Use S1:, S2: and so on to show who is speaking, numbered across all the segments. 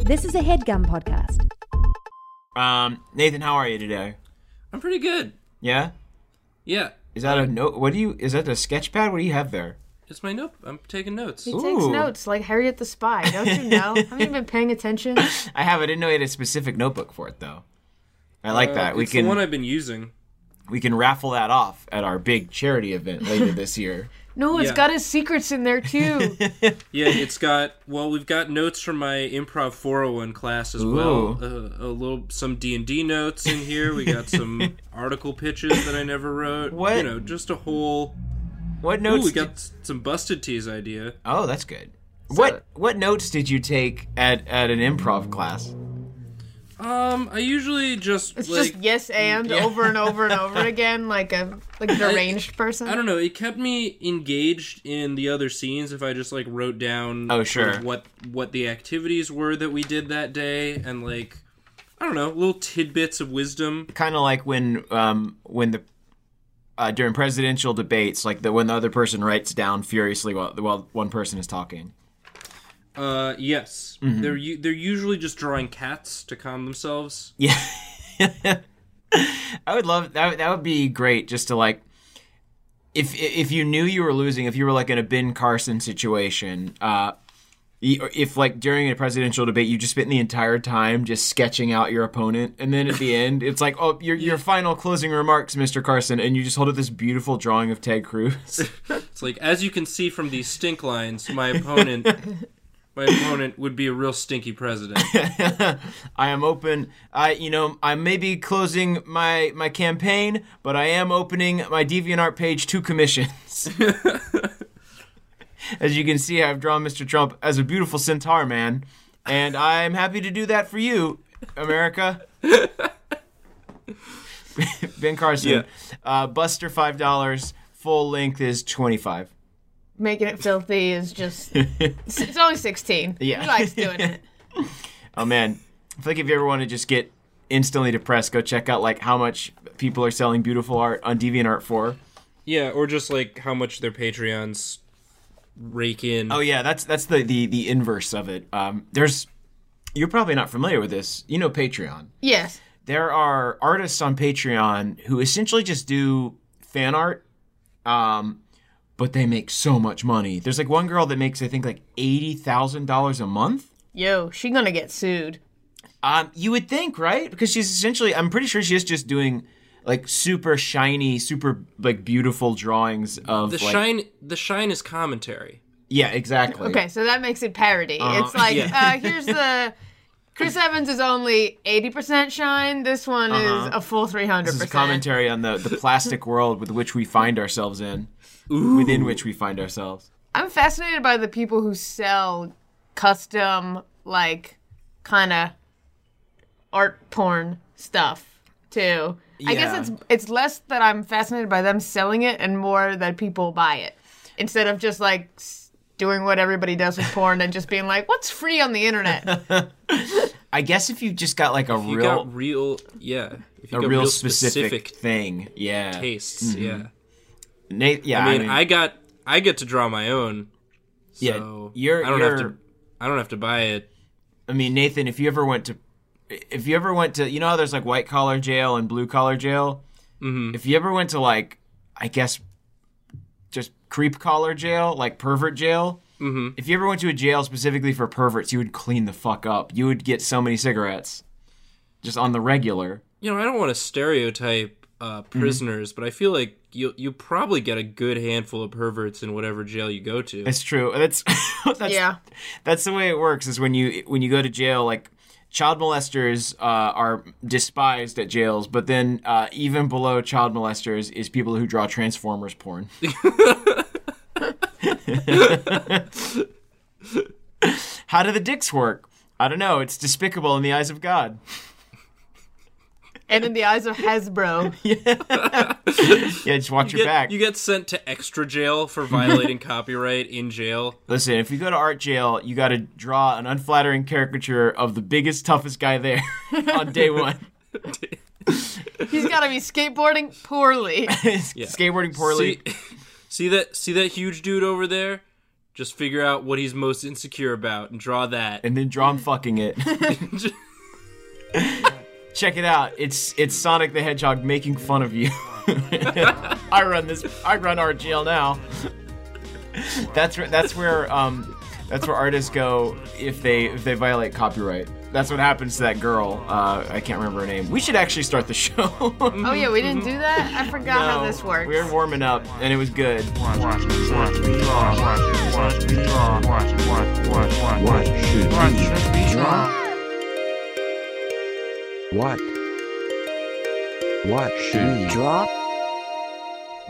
S1: This is a headgum podcast.
S2: Um, Nathan, how are you today?
S3: I'm pretty good.
S2: Yeah.
S3: Yeah,
S2: Is that a note? What do you? Is that a sketch pad? What do you have there?
S3: it's my note. I'm taking notes.
S4: He takes
S2: Ooh.
S4: notes like Harriet the Spy. Don't you know? Haven't you been paying attention?
S2: I have. I didn't know you had a specific notebook for it though. I like that. We
S3: Uh, it's the
S2: can
S3: one I've been using.
S2: we can raffle that off at our big charity event later this year.
S4: No, it's
S3: Yeah.
S4: got his secrets in there too.
S3: Yeah, it's got well, we've got notes from my improv 401 class as well. Uh, a little some D and D notes in here. We got some article pitches that I never wrote.
S2: What?
S3: You know, just a whole.
S2: What
S3: Ooh,
S2: notes?
S3: we
S2: did-
S3: got s- some busted teas idea.
S2: oh, that's good. What what notes did you take at at an improv class?
S3: Um, I usually just
S4: It's
S3: like
S4: just yes and over and over and over again, like a like a deranged person.
S3: I don't know. It kept me engaged in the other scenes if I just like wrote down.
S2: Oh,
S3: sort of
S2: sure.
S3: What what the activities were that we did that day, and like I don't know, little tidbits of wisdom.
S2: Kind of like when um when the uh, during presidential debates, like the when the other person writes down furiously while while one person is talking.
S3: Uh, yes,
S2: Mm-hmm.
S3: they're u- they're usually just drawing cats to calm themselves.
S2: Yeah. I would love that. would- That would be great just to like if if you knew you were losing, if you were like in a Ben Carson situation, uh y- or if like during a presidential debate you just spent the entire time just sketching out your opponent and then at the end it's like oh your your final closing remarks Mr. Carson and you just hold up this beautiful drawing of Ted Cruz.
S3: It's like as you can see from these stink lines, my opponent. My opponent would be a real stinky president.
S2: I am open I you know I may be closing my my campaign but I am opening my DeviantArt page to commissions. As you can see, I've drawn Mr. Trump as a beautiful centaur man, and I'm happy to do that for you, America. ben Carson,
S3: Yeah.
S2: uh, Buster five dollars. Full length is twenty five.
S4: Making it filthy is just it's only sixteen.
S2: Yeah.
S4: He likes doing it.
S2: Oh man, I feel like if you ever want to just get instantly depressed, go check out like how much people are selling beautiful art on DeviantArt for.
S3: yeah, or just like how much their Patreons rake in.
S2: Oh yeah, that's that's the the the inverse of it. Um, there's you're probably not familiar with this. You know Patreon.
S4: Yes.
S2: there are artists on Patreon who essentially just do fan art, um, but they make so much money. There's like one girl that makes I think like eighty thousand dollars a month.
S4: Yo, she gonna get sued.
S2: Um, you would think, right? Because she's essentially I'm pretty sure she's just doing like super shiny, super like beautiful drawings of
S3: the
S2: like
S3: shine, the shine is commentary.
S2: yeah, exactly.
S4: Okay, so that makes it parody. it's like uh, here's the Chris Evans is only eighty percent shine. This one is a full three hundred
S2: This is
S4: percent.
S2: commentary on the, the plastic world with which we find ourselves in, within which we find ourselves.
S4: I'm fascinated by the people who sell custom, like, kind of art porn stuff too. I
S2: Yeah.
S4: guess it's it's less that I'm fascinated by them selling it and more that people buy it instead of just like s- doing what everybody does with porn and just being like, "What's free on the internet?"
S2: I guess if you just got like a
S3: You
S2: real
S3: got real, yeah. If you
S2: a
S3: got
S2: real specific, Mm-hmm. thing. Yeah.
S3: tastes, yeah.
S2: Nate, yeah,
S3: I mean, I, got, I get to draw my own. So
S2: Yeah, you're-
S3: I don't have
S2: you're-
S3: to. I don't have to buy it.
S2: I mean, Nathan, if you ever went to, if you ever went to, you know how there's like white collar jail and blue collar jail. Mm-hmm. If you ever went to like, I guess, just creep collar jail, like pervert jail. Mm-hmm. If you ever went to a jail specifically for perverts, you would clean the fuck up. You would get so many cigarettes, just on the regular.
S3: You know, I don't want to stereotype uh,
S2: Mm-hmm.
S3: prisoners, but I feel like you you probably get a good handful of perverts in whatever jail you go to.
S2: It's true. That's, that's
S4: yeah,
S2: That's the way it works. Is when you when you go to jail, like child molesters uh, are despised at jails, but then uh, even below child molesters is people who draw Transformers porn. How do the dicks work? I don't know. It's despicable in the eyes of God.
S4: and in the eyes of Hasbro,
S2: Yeah, just watch
S3: You
S2: your
S3: get-
S2: back.
S3: You get sent to extra jail for violating copyright in jail.
S2: Listen, if you go to art jail, you got to draw an unflattering caricature of the biggest, toughest guy there on day one.
S4: he's got to be skateboarding poorly.
S2: Skateboarding poorly.
S3: See, see that see that huge dude over there? Just figure out what he's most insecure about and draw that.
S2: and then draw him fucking it. Check it out. It's it's Sonic the Hedgehog making fun of you. I run this. I run RGL now. that's where that's where um that's where artists go if they if they violate copyright. That's what happens to that girl. Uh, I can't remember her name. We should actually start the show.
S4: Oh yeah, we didn't do that. I forgot how
S2: No,
S4: this works.
S2: We were warming up, and it was good.
S5: Watch, watch, we draw, watch, watch, we draw, watch, watch, watch, watch, watch, should watch, should we draw?
S6: What? What should we draw?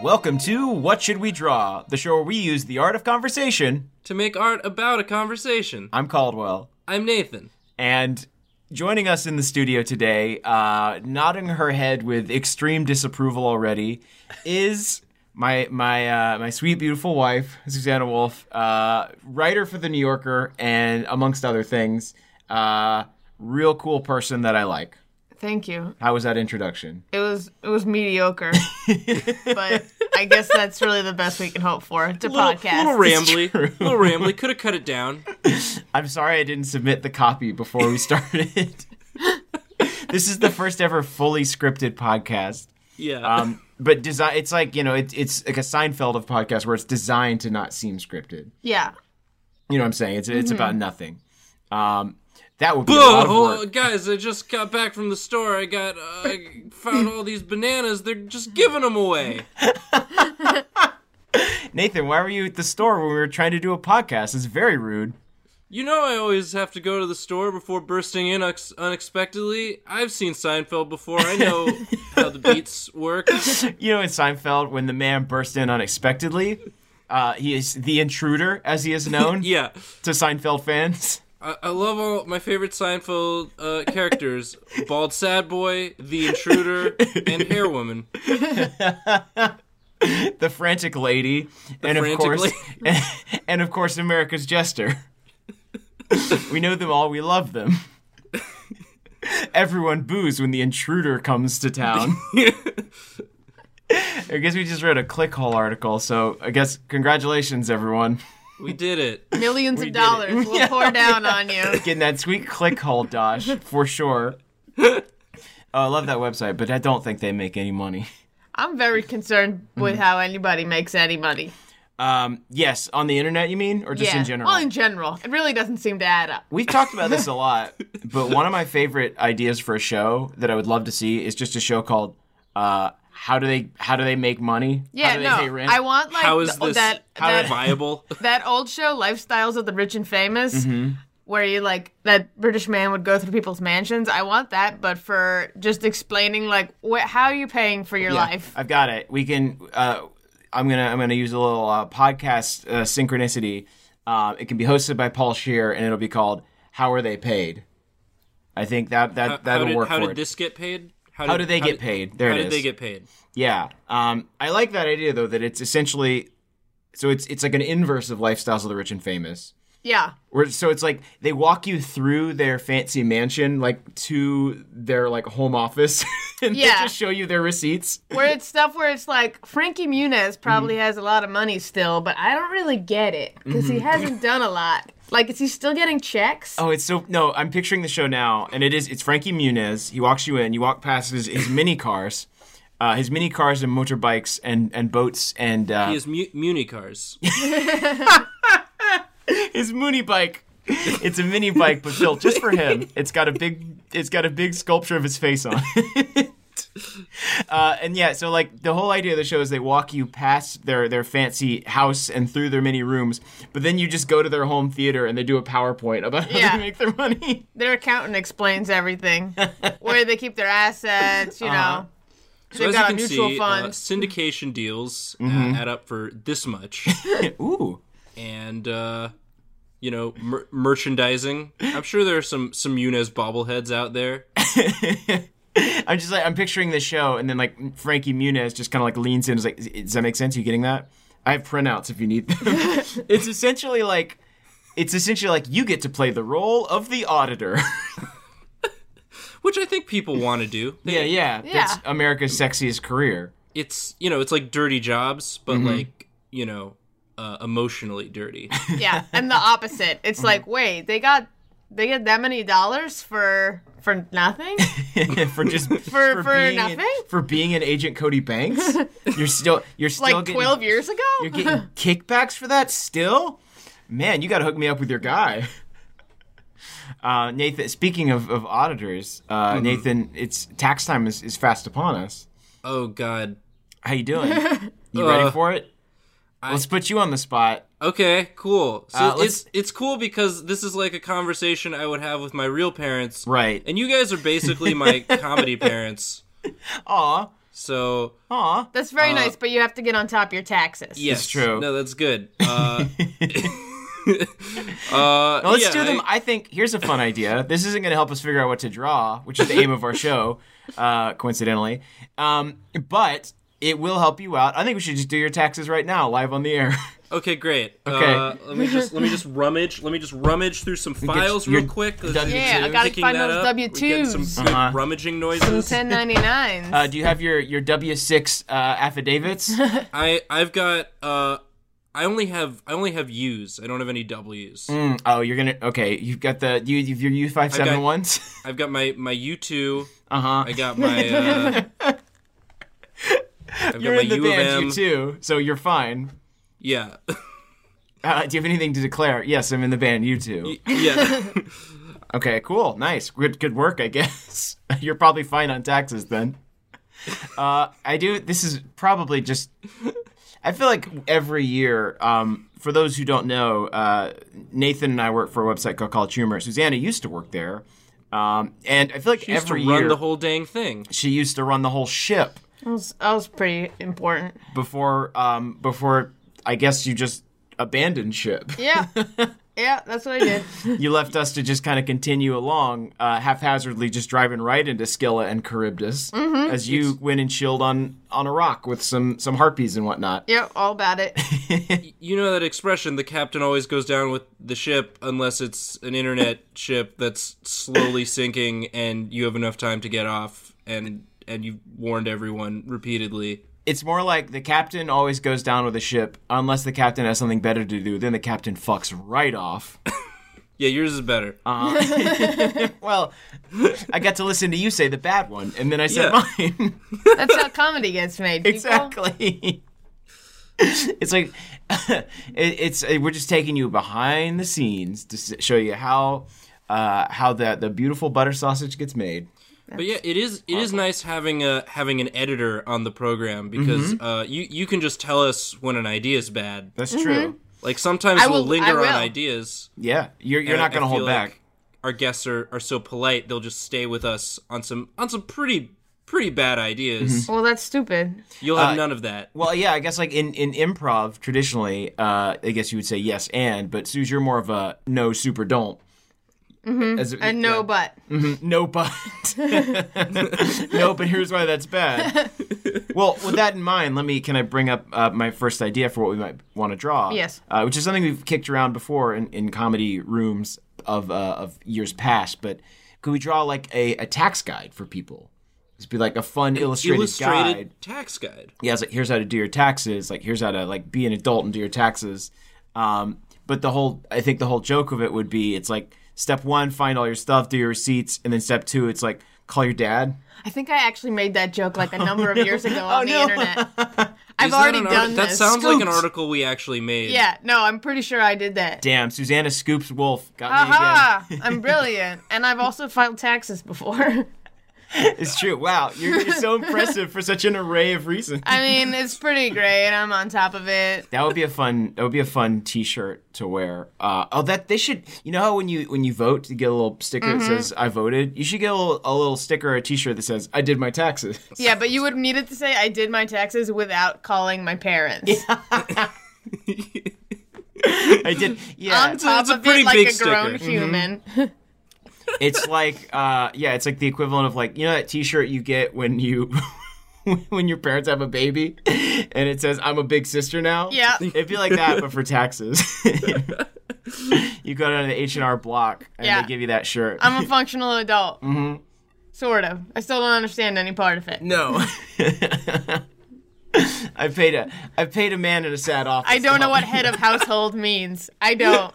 S2: Welcome to What Should We Draw, the show where we use the art of conversation.
S3: To make art about a conversation.
S2: I'm Caldwell.
S3: I'm Nathan.
S2: And joining us in the studio today, uh, nodding her head with extreme disapproval already, is my my uh, my sweet beautiful wife, Susanna Wolf, uh, writer for the New Yorker, and amongst other things, uh, real cool person that I like.
S4: Thank you.
S2: How was that introduction?
S4: It was it was mediocre, but I guess that's really the best we can hope for. It's a
S3: Little,
S4: podcast.
S3: little rambly.
S2: true.
S3: Little rambly. Could have cut it down.
S2: I'm sorry I didn't submit the copy before we started. this is the first ever fully scripted podcast.
S3: Yeah.
S2: Um, but design, it's like you know, it, it's like a Seinfeld of podcasts where it's designed to not seem scripted.
S4: yeah,
S2: You know what I'm saying? It's it's about nothing. Um, that would be a lot of
S3: Oh,
S2: work.
S3: guys, I just got back from the store. I got, uh, I found all these bananas. They're just giving them away.
S2: Nathan, why were you at the store when we were trying to do a podcast? It's very rude.
S3: You know, I always have to go to the store before bursting in unex- unexpectedly. I've seen Seinfeld before. I know how the beats work.
S2: You know, in Seinfeld, when the man burst in unexpectedly, uh, he is the intruder, as he is known
S3: Yeah,
S2: to Seinfeld fans.
S3: I, I love all my favorite Seinfeld uh, characters: bald sad boy, the intruder, and hair woman.
S2: the frantic lady, and of
S3: frantic
S2: course,
S3: lady.
S2: and, of course, America's jester. we know them all. We love them. Everyone boos when the intruder comes to town. I guess we just read a clickhole article, so I guess congratulations, everyone,
S3: We did it.
S4: millions of
S2: did it.
S4: dollars will pour down on you.
S2: getting that sweet clickhole dosh for sure. Oh, I love that website, but I don't think they make any money.
S4: I'm very concerned with
S2: Mm-hmm.
S4: how anybody makes any money.
S2: Um, yes, on the internet, you mean, or just
S4: yeah.
S2: in general?
S4: Well, in general, it really doesn't seem to add up.
S2: We've talked about this a lot, but one of my favorite ideas for a show that I would love to see is just a show called uh, "How Do They How Do They Make Money? how
S4: Yeah,
S2: do they pay
S4: no,
S2: rent?
S4: I want like
S3: How is
S4: th-
S3: this
S4: Oh, that
S2: how
S4: that,
S2: did
S3: viable?
S4: that old show, Lifestyles of the Rich and Famous,
S2: Mm-hmm.
S4: where you like that British man would go through people's mansions. I want that, but for just explaining like wh- how are you paying for your
S2: Yeah,
S4: life?
S2: I've got it. We can. Uh, I'm gonna I'm gonna use a little uh, podcast uh, synchronicity. Uh, it can be hosted by Paul Shear, and it'll be called "How Are They Paid." I think that that
S3: How-
S2: that'll
S3: how did,
S2: work
S3: How
S2: for
S3: did
S2: it.
S3: this get paid?
S2: How do they get paid? There
S3: how
S2: it is.
S3: did they get paid?
S2: Yeah. Um, I like that idea though. That it's essentially, so it's it's like an inverse of lifestyles of the rich and famous.
S4: Yeah,
S2: Where, so it's like they walk you through their fancy mansion, like to their like home office, and
S4: Yeah.
S2: they just show you their receipts.
S4: where it's stuff where it's like Frankie Muniz probably
S3: Mm-hmm.
S4: has a lot of money still, but I don't really get it because he
S3: Mm-hmm.
S4: hasn't done a lot. Like, is he still getting checks?
S2: Oh, it's so no. I'm picturing the show now, and it is it's Frankie Muniz. He walks you in. You walk past his, his mini cars, uh, his mini cars and motorbikes and and boats and uh,
S3: He has mu- Muni cars.
S2: his Mooney bike. It's a mini bike, but built just for him. It's got a big, it's got a big sculpture of his face on. it. uh, and yeah, so like the whole idea of the show is they walk you past their their fancy house and through their many rooms, but then you just go to their home theater and they do a PowerPoint about how
S4: Yeah.
S2: they make their money.
S4: Their accountant explains everything, where they keep their assets, you know.
S3: Uh-huh. So
S4: They've
S3: as
S4: got
S3: you
S4: a
S3: can
S4: mutual
S3: see,
S4: fund.
S3: Uh, syndication deals uh,
S2: Mm-hmm.
S3: add up for this much,
S2: Ooh,
S3: and uh, you know, mer- merchandising. I'm sure there are some some Munez bobbleheads out there.
S2: I'm just like I'm picturing this show, and then like Frankie Muniz just kind of like leans in, and is like, "Does that make sense? You getting that? I have printouts if you need them." it's essentially like, it's essentially like you get to play the role of the auditor.
S3: which I think people want to do.
S2: Yeah, yeah.
S4: Yeah.
S2: That's America's sexiest career. Mm-hmm.
S3: It's you know, it's like dirty jobs, but like you know, uh, emotionally dirty.
S4: Yeah, and the opposite. It's
S3: Uh-huh.
S4: like, wait, they got they get that many dollars for for nothing?
S2: for just
S4: For- for
S2: being
S4: nothing?
S2: for being an agent Cody Banks. You're still you're still
S4: Like
S2: getting,
S4: 12 years ago?
S2: You're getting kickbacks for that still? Man, you got to hook me up with your guy. Uh, Nathan, speaking of, of auditors, uh,
S3: Mm-hmm.
S2: Nathan, it's tax time is, is fast upon us.
S3: oh God.
S2: How you doing? You ready
S3: Uh,
S2: for it? Let's put you on the spot.
S3: Okay, cool. So
S2: Uh, let's-
S3: it's it's cool because this is like a conversation I would have with my real parents.
S2: Right.
S3: And you guys are basically my comedy parents.
S2: Aw,
S3: So
S2: aw.
S4: That's very
S3: uh,
S4: nice, but you have to get on top of your taxes.
S3: yes,
S2: true.
S3: No, that's good. Uh, uh,
S2: Now let's
S3: yeah,
S2: do them.
S3: I-
S2: I, think here's a fun idea. This isn't going to help us figure out what to draw, which is the aim of our show, uh, coincidentally. Um, but it will help you out. I think we should just do your taxes right now, live on the air.
S3: okay, great.
S2: Okay.
S3: Uh, let me just let me just rummage. Let me just rummage through some
S2: get
S3: files
S2: your
S3: real quick. Let's
S2: W-
S4: Yeah, I
S2: Two.
S4: gotta
S3: picking
S4: find
S3: that
S4: those
S3: up.
S4: W
S3: We're getting some
S4: twos.
S3: good
S2: Uh-huh.
S3: rummaging noises.
S4: Ten ninety nines.
S2: Uh, do you have your your W six uh, affidavits?
S3: I I've got uh, I only have I only have U's. I don't have any W's.
S2: Mm, oh, you're gonna okay. You've got the you you've your U five seven ones.
S3: I've got my my U two.
S2: Uh huh.
S3: I got my. Uh, I've
S2: You're
S3: got
S2: in
S3: my
S2: the
S3: U of
S2: band,
S3: M.
S2: you too, so you're fine.
S3: Yeah,
S2: Uh, do you have anything to declare? Yes, I'm in the band, you too.
S4: E-,
S3: yeah.
S2: Okay, cool, nice, good, good work, I guess. You're probably fine on taxes then. Uh, I do. This is probably just. I feel like every year, um, for those who don't know, uh, Nathan and I work for a website called College Humor. Susanna used to work there, um, and I feel like
S3: Used to
S2: every
S3: run
S2: year
S3: the whole dang thing.
S2: she used to run the whole ship
S4: that, was, that was pretty important.
S2: before. Um, before I guess you just abandoned ship.
S4: Yeah. yeah, that's what I did.
S2: you left us to just kind of continue along uh, haphazardly, just driving right into Scylla and Charybdis as you went and chilled on on a rock with some some harpies and whatnot.
S4: Yep, all about it.
S3: You know that expression: the captain always goes down with the ship, unless it's an internet ship that's slowly sinking, and you have enough time to get off, and and you've warned everyone repeatedly.
S2: It's more like the captain always goes down with a ship unless the captain has something better to do. Then the captain fucks right off.
S3: Yeah, yours is better.
S4: Uh,
S2: well, I got to listen to you say the bad one, and then I said
S3: Yeah.
S2: mine.
S4: That's how comedy gets made. people.
S2: Exactly. it's like it, it's it- we're just taking you behind the scenes to s- show you how uh, how the the beautiful butter sausage gets made.
S3: But yeah, it is it is nice having a having an editor on the program
S4: Mm-hmm.
S3: because uh, you you can just tell us when an idea is bad.
S2: That's
S4: Mm-hmm.
S2: true.
S3: Like sometimes
S4: I
S3: we'll
S4: will- I
S3: linger on
S4: will.
S3: ideas.
S2: Yeah, you're you're
S3: and
S2: not
S3: I
S2: gonna
S3: feel
S2: hold
S3: like
S2: back.
S3: Our guests are, are so polite; they'll just stay with us on some on some pretty pretty bad ideas.
S4: Well, that's stupid.
S2: Mm-hmm.
S3: You'll
S2: Uh,
S3: have none of that.
S2: Well, yeah, I guess like in, in improv traditionally, uh, I guess you would say yes and, but Suze, you're more of a no super don't. As a-
S4: And Mm-hmm. no,
S2: yeah.
S4: but
S2: No, but no, but here's why that's bad. Well, with that in mind, let me can I bring up uh, my first idea for what we might want to draw?
S4: Yes.
S2: uh, which is something we've kicked around before in, in comedy rooms of uh, of years past. But could we draw like a, a tax guide for people? Just be like a fun illustrated,
S3: Illustrated
S2: guide.
S3: tax guide.
S2: Yeah, it's like here's how to do your taxes. Like here's how to like be an adult and do your taxes. Um, but the whole, I think the whole joke of it would be, it's like step one, find all your stuff, do your receipts, and then step two, it's like call your dad.
S4: I think I actually made that joke like
S3: Oh,
S4: a number of years ago on the internet. I've
S3: Is that
S4: already
S3: an
S4: done
S3: arti- That
S4: this.
S3: sounds like an
S2: Scoops.
S3: article we actually made.
S4: yeah, no, I'm pretty sure I did that.
S2: Damn, Susanna scoops Wolf got me
S4: Aha! I'm brilliant, and I've also filed taxes before.
S2: again. It's true. Wow, you're, you're so impressive for such an array of reasons.
S4: I mean, it's pretty great. I'm on top of it.
S2: That would be a fun. That would be a fun T-shirt to wear. Uh, oh, that they should. You know how when you when you vote, you get a little sticker that says "I voted." You should get a little, a little sticker or a T-shirt that says "I did my taxes."
S4: Yeah, but you would need it to say I did my taxes without calling my parents.
S2: I did. Yeah,
S4: On top
S3: it's a
S4: of
S3: pretty
S4: it, like
S3: big
S4: a grown
S3: sticker. Mm-hmm.
S4: human.
S2: it's like uh yeah it's like the equivalent of like you know that t-shirt you get when you when your parents have a baby and it says i'm a big sister now
S4: Yeah.
S2: it'd be like that but for taxes you go down to the h&r block and
S4: Yeah.
S2: they give you that shirt
S4: I'm a functional adult. Mm-hmm. Sort of. I still don't understand any part of it.
S2: no I paid a I paid a man in a sad office.
S4: I don't
S2: to
S4: know what
S2: help
S4: head of household means. I don't.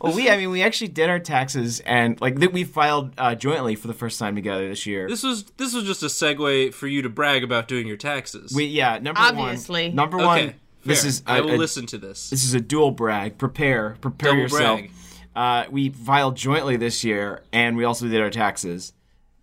S2: Well, we I mean we actually did our taxes and like that we filed uh, jointly for the first time together this year.
S3: This was this was just a segue for you to brag about doing your taxes.
S2: we yeah number
S4: Obviously.
S2: one number
S3: okay,
S2: one. This
S3: fair.
S2: is
S3: I
S2: a-
S3: will
S2: a-
S3: listen to this.
S2: This is a dual brag. Prepare, prepare
S3: Double
S2: yourself.
S3: brag.
S2: Uh, we filed jointly this year, and we also did our taxes.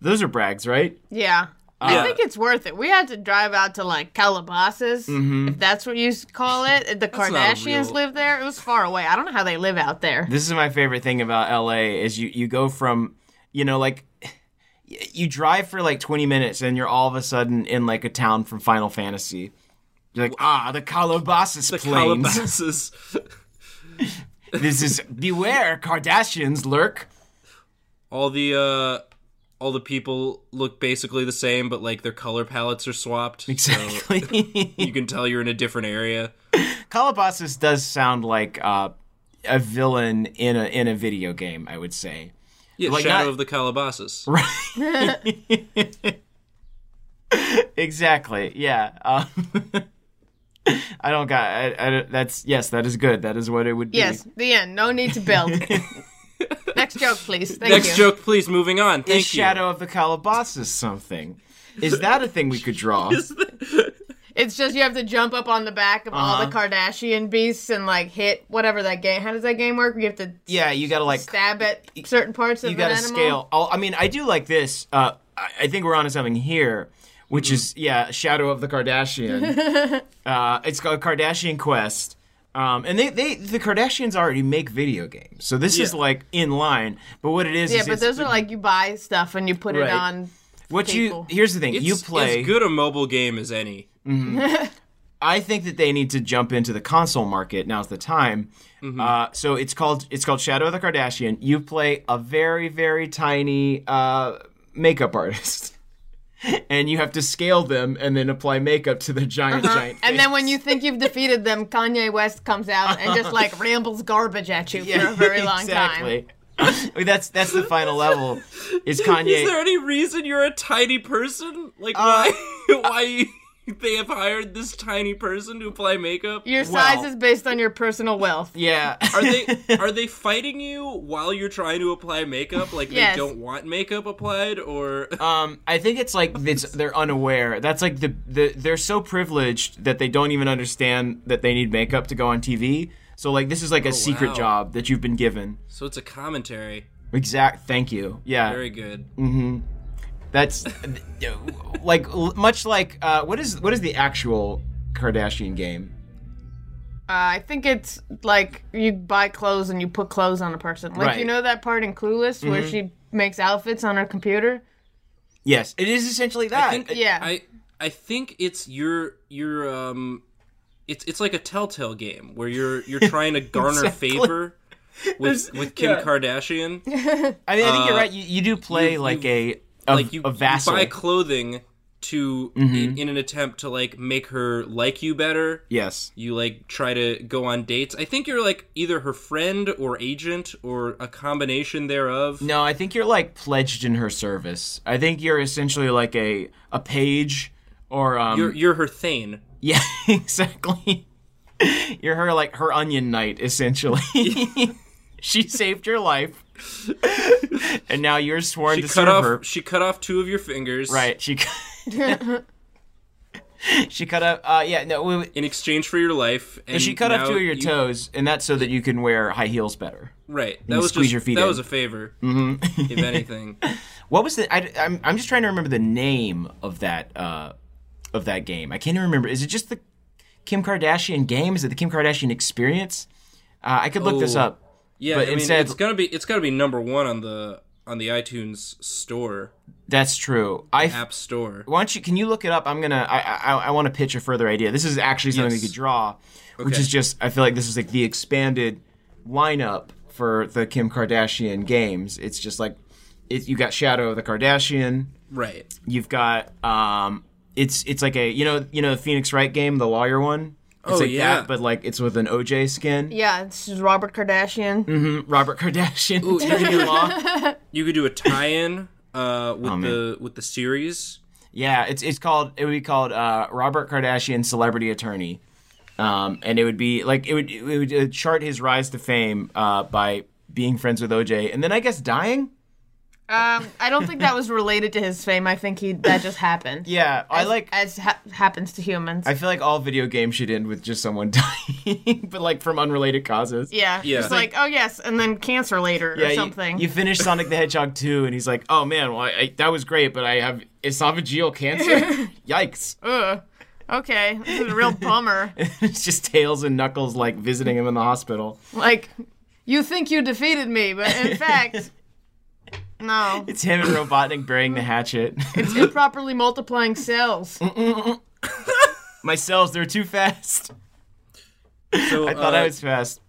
S2: Those are brags, right?
S4: Yeah. I
S3: Yeah.
S4: think it's worth it. We had to drive out to like Calabasas, if that's what you s- call it. The
S3: Mm-hmm. not a
S4: Kardashians
S3: real-
S4: live there. It was far away. I don't know how they live out there.
S2: This is my favorite thing about LA is you you go from you know like you drive for like 20 minutes and you're all of a sudden in like a town from Final Fantasy. You're like ah the Calabasas
S3: the
S2: plains.
S3: Calabasas.
S2: this is beware Kardashians lurk.
S3: all the uh all the people look basically the same, but like their color palettes are swapped. So
S2: Exactly.
S3: you can tell you're in a different area.
S2: Calabasas does sound like uh, a villain in a in a video game. I would say.
S3: Yeah,
S2: Like
S3: Shadow
S2: not-
S3: of the Calabasas.
S2: Exactly. Yeah. Um, I don't got. I, I don't- that's yes. That is good. That is what it would be.
S4: Yes, the end. No need to build. Next joke, please. Thank
S3: Next
S4: you.
S3: joke, please. Moving on. Thank
S2: Is
S3: you.
S2: Shadow of the Calabasas something? Is that a thing we could draw?
S4: It's just you have to jump up on the back of all the
S3: Uh-huh.
S4: Kardashian beasts and like hit whatever that game. How does that game work? You have to
S2: yeah, you gotta like.
S4: stab at certain parts of
S2: you
S4: an
S2: gotta
S4: animal.
S2: scale. I'll, I mean, I do like this. Uh, I, I think we're onto something here, which
S3: Mm-hmm.
S2: is yeah, Shadow of the Kardashian. uh, it's called Kardashian Quest. Um, and they, they the Kardashians already make video games, so this is
S3: Yeah.
S2: like in line. But what it is,
S4: Yeah,
S2: is
S4: but
S2: it's-
S4: those are like you buy stuff and you put
S2: Right.
S4: it on.
S2: what
S4: people.
S2: you. Here's the thing:
S3: It's
S2: you play
S3: as good a mobile game as any.
S2: I think that they need to jump into the console market. Now's the time.
S3: Mm-hmm.
S2: Uh, so it's called it's called Shadow of the Kardashian. You play a very very tiny uh, makeup artist, and you have to scale them and then apply makeup to their giant giant.
S4: Uh-huh. And then when you think you've defeated them, Kanye West comes out and just like rambles garbage at you for a very long
S2: exactly.
S4: time.
S2: I mean, that's that's the final level. Is Kanye?
S3: Is there any reason you're a tiny person? Like
S2: Uh,
S3: why? why you- they have hired this tiny person to apply makeup?
S4: Your
S2: Well-
S4: size is based on your personal wealth.
S2: yeah.
S3: Are they are they fighting you while you're trying to apply makeup? Like
S4: Yes.
S3: they don't want makeup applied, or
S2: Um, I think it's like it's, they're unaware. That's like the, the they're so privileged that they don't even understand that they need makeup to go on TV. So like this is like a secret
S3: Oh, wow.
S2: job that you've been given.
S3: so it's a commentary.
S2: Exact. Thank you. Yeah.
S3: Very good.
S2: That's like l- much like uh, what is what is the actual Kardashian game?
S4: Uh, I think it's like you buy clothes and you put clothes on a person. Like
S2: Right. Mm-hmm.
S4: you know that part in Clueless where she makes outfits on her computer.
S2: Yes, it is essentially that.
S3: I think
S4: Yeah.
S3: I I think it's your your um it's it's like a telltale game where you're you're trying to garner
S2: Exactly.
S3: favor with with Kim
S2: yeah.
S3: Kardashian.
S2: I mean, I think you're right. You, you do play
S3: uh, you-
S2: like
S3: you-
S2: a, a
S3: Like you,
S2: a
S3: you
S2: vassal. Mm-hmm.
S3: buy clothing to in, in an attempt to like make her like you better.
S2: yes.
S3: You like try to go on dates. I think you're like either her friend or agent or a combination thereof.
S2: No, I think you're like pledged in her service. I think you're essentially like a a page or um
S3: You're you're her Thane.
S2: yeah, exactly. You're her like her onion knight essentially. she saved your life. and now you're sworn
S3: She
S2: to
S3: cut
S2: serve
S3: off
S2: her.
S3: she cut off two of your fingers.
S2: Right. She She cut up uh yeah, no, we,
S3: In exchange for your life, and
S2: she cut off
S3: now
S2: two of your
S3: you-
S2: toes and that's so that you can wear high heels better.
S3: Right. That was
S2: squeeze
S3: just,
S2: your feet
S3: That
S2: in.
S3: was a favor, mm-hmm. if anything.
S2: What was the? I, I'm I'm just trying to remember the name of that uh, of that game. I can't even remember. Is it just the Kim Kardashian game? Is it the Kim Kardashian Experience? Uh, I could look this
S3: Oh.
S2: up.
S3: Yeah,
S2: But
S3: I mean,
S2: instead-
S3: it's gonna be it's gotta be number one on the on the iTunes store,
S2: That's true. I
S3: app store.
S2: why don't you? Can you look it up? I'm gonna. I I, I want to pitch a further idea. This is actually something
S3: Yes.
S2: we could draw, which
S3: Okay.
S2: is just. I feel like this is like the expanded lineup for the Kim Kardashian games. It's just like, it, you got Shadow of the Kardashian.
S3: Right.
S2: You've got um, it's it's like a you know you know the Phoenix Wright game, the lawyer one. It's
S3: Oh,
S2: like
S3: yeah.
S2: that, but like it's with an OJ skin.
S4: Yeah, it's just Robert Kardashian.
S2: Mm-hmm. Robert Kardashian.
S3: Ooh, you could do
S2: Law.
S3: you could do a tie in uh with
S2: Oh, man.
S3: the with the series.
S2: Yeah, it's it's called it would be called uh, Robert Kardashian Celebrity Attorney, um, and it would be like it would it would uh, chart his rise to fame uh, by being friends with OJ, and then I guess dying.
S4: Um, I don't think that was related to his fame. I think he that just happened.
S2: Yeah, I like.
S4: as ha- happens to humans.
S2: I feel like all video games should end with just someone dying, but like from unrelated causes.
S4: yeah,
S3: Yeah.
S4: Just like, oh yes, and then cancer later
S2: Yeah,
S4: or
S2: you-
S4: something.
S2: You, finish Sonic the Hedgehog 2, and he's like, "Oh man, well, I, I, that was great, but I have esophageal cancer. Yikes!"
S4: Ugh. Okay, this is a real bummer.
S2: it's just Tails and Knuckles like visiting him in the hospital.
S4: like, you think you defeated me, but in fact, no.
S2: It's him and Robotnik burying the hatchet.
S4: It's improperly multiplying cells.
S2: My cells, they're too fast.
S3: So
S2: I thought
S3: uh,
S2: I was fast.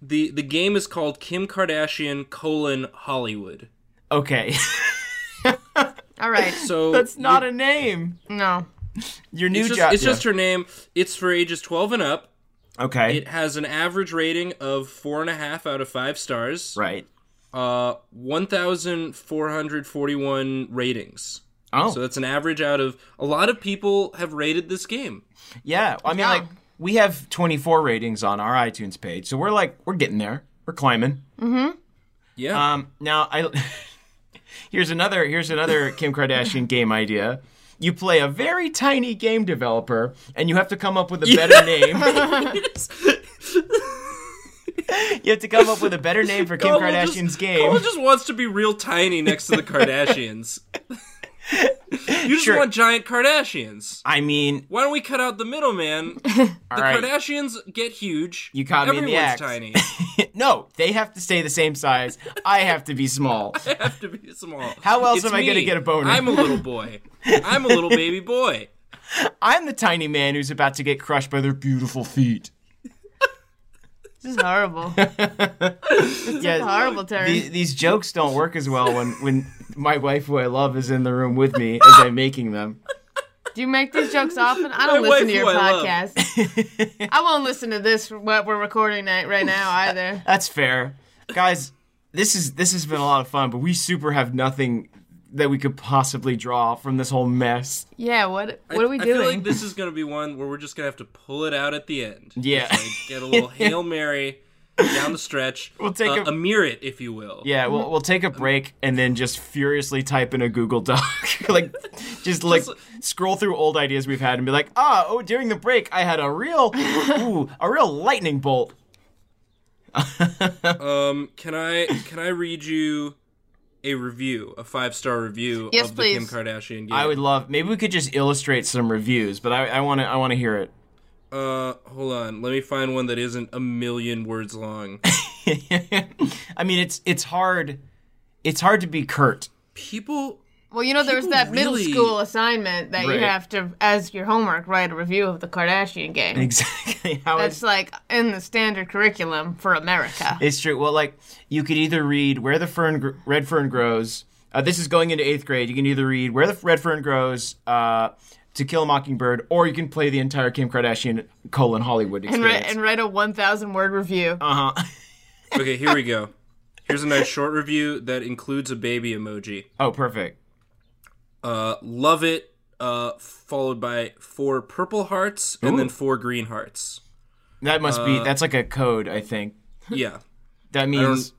S3: the the game is called Kim Kardashian colon Hollywood.
S2: Okay,
S4: All right,
S3: So
S2: that's not a name.
S4: no.
S2: Your new
S3: It's just,
S2: job.
S3: it's just her name. It's for ages twelve and up.
S2: okay,
S3: It has an average rating of four and a half out of five stars.
S2: right.
S3: Uh, one thousand four hundred forty-one ratings.
S2: Oh,
S3: So that's an average out of a lot of people have rated this game.
S2: yeah. I mean,
S4: Yeah.
S2: like we have 24 ratings on our iTunes page, so we're like we're getting there. We're climbing.
S3: Yeah.
S2: Um, now I here's another here's another Kim Kardashian game idea. You play a very tiny game developer, and you have to come up with a better name. you have to come up with a better name for Kim
S3: Cole
S2: Kardashian's
S3: just,
S2: game.
S3: Cole just wants to be real tiny next to the Kardashians. you just
S2: Sure.
S3: want giant Kardashians.
S2: I mean,
S3: Why don't we cut out the middleman?
S2: all
S3: The
S2: right.
S3: Kardashians get huge.
S2: You caught me in
S3: Everyone's
S2: the act.
S3: tiny.
S2: no, they have to stay the same size. I have to be small.
S3: I have to be small.
S2: How else
S3: It's
S2: am I gonna
S3: me.
S2: get a boner?
S3: I'm a little boy. I'm a little baby boy.
S2: I'm the tiny man who's about to get crushed by their beautiful feet.
S4: This is horrible.
S2: Yeah,
S4: horrible, Terry.
S2: the- these jokes don't work as well when when my wife, who I love, is in the room with me as I'm making them.
S4: Do you make these jokes often? I don't
S3: My
S4: listen
S3: wife
S4: to your
S3: who I love.
S4: podcast. I won't listen to this what we're recording night right now either.
S2: That's fair, guys. This is this has been a lot of fun, but we super have nothing that we could possibly draw from this whole mess.
S4: Yeah, what what are we
S3: I
S4: doing?
S3: feel like this is going to be one where we're just going to have to pull it out at the end.
S2: Yeah.
S3: Just, like, get a little Hail Mary down the stretch.
S2: We'll take
S3: uh,
S2: a-
S3: mirror it, if you will.
S2: Yeah, we'll we'll take a break and then just furiously type in a Google Doc, like just like scroll through old ideas we've had and be like, ah, oh, during the break I had a real, ooh, a real lightning bolt.
S3: Um, can I can I read you a review, a five star review
S4: Yes,
S3: of
S4: please.
S3: the Kim Kardashian game?
S2: I would love. Maybe we could just illustrate some reviews, but I want to I want to hear it.
S3: Uh, hold on. Let me find one that isn't a million words long.
S2: I mean, it's it's hard, it's hard to be curt.
S3: People.
S4: Well, you know, there's
S3: People
S4: that middle
S3: really-
S4: school assignment that
S2: Right.
S4: you have to, as your homework, write a review of the Kardashian game.
S2: Exactly. How
S4: That's like in the standard curriculum for America.
S2: It's true. Well, like you could either read where the fern gr- red fern grows. Uh, this is going into eighth grade. You can either read where the red fern grows, uh, To Kill a Mockingbird, or you can play the entire Kim Kardashian colon Hollywood
S4: and, write,
S2: experience.
S4: and write a 1,000 word review.
S2: uh-huh.
S3: Okay, here we go. Here's a nice short review that includes a baby emoji.
S2: Oh, perfect.
S3: Uh, love it. Uh, followed by four purple hearts and then four green hearts.
S2: That must be. That's like a code. I think
S3: Yeah.
S2: that means.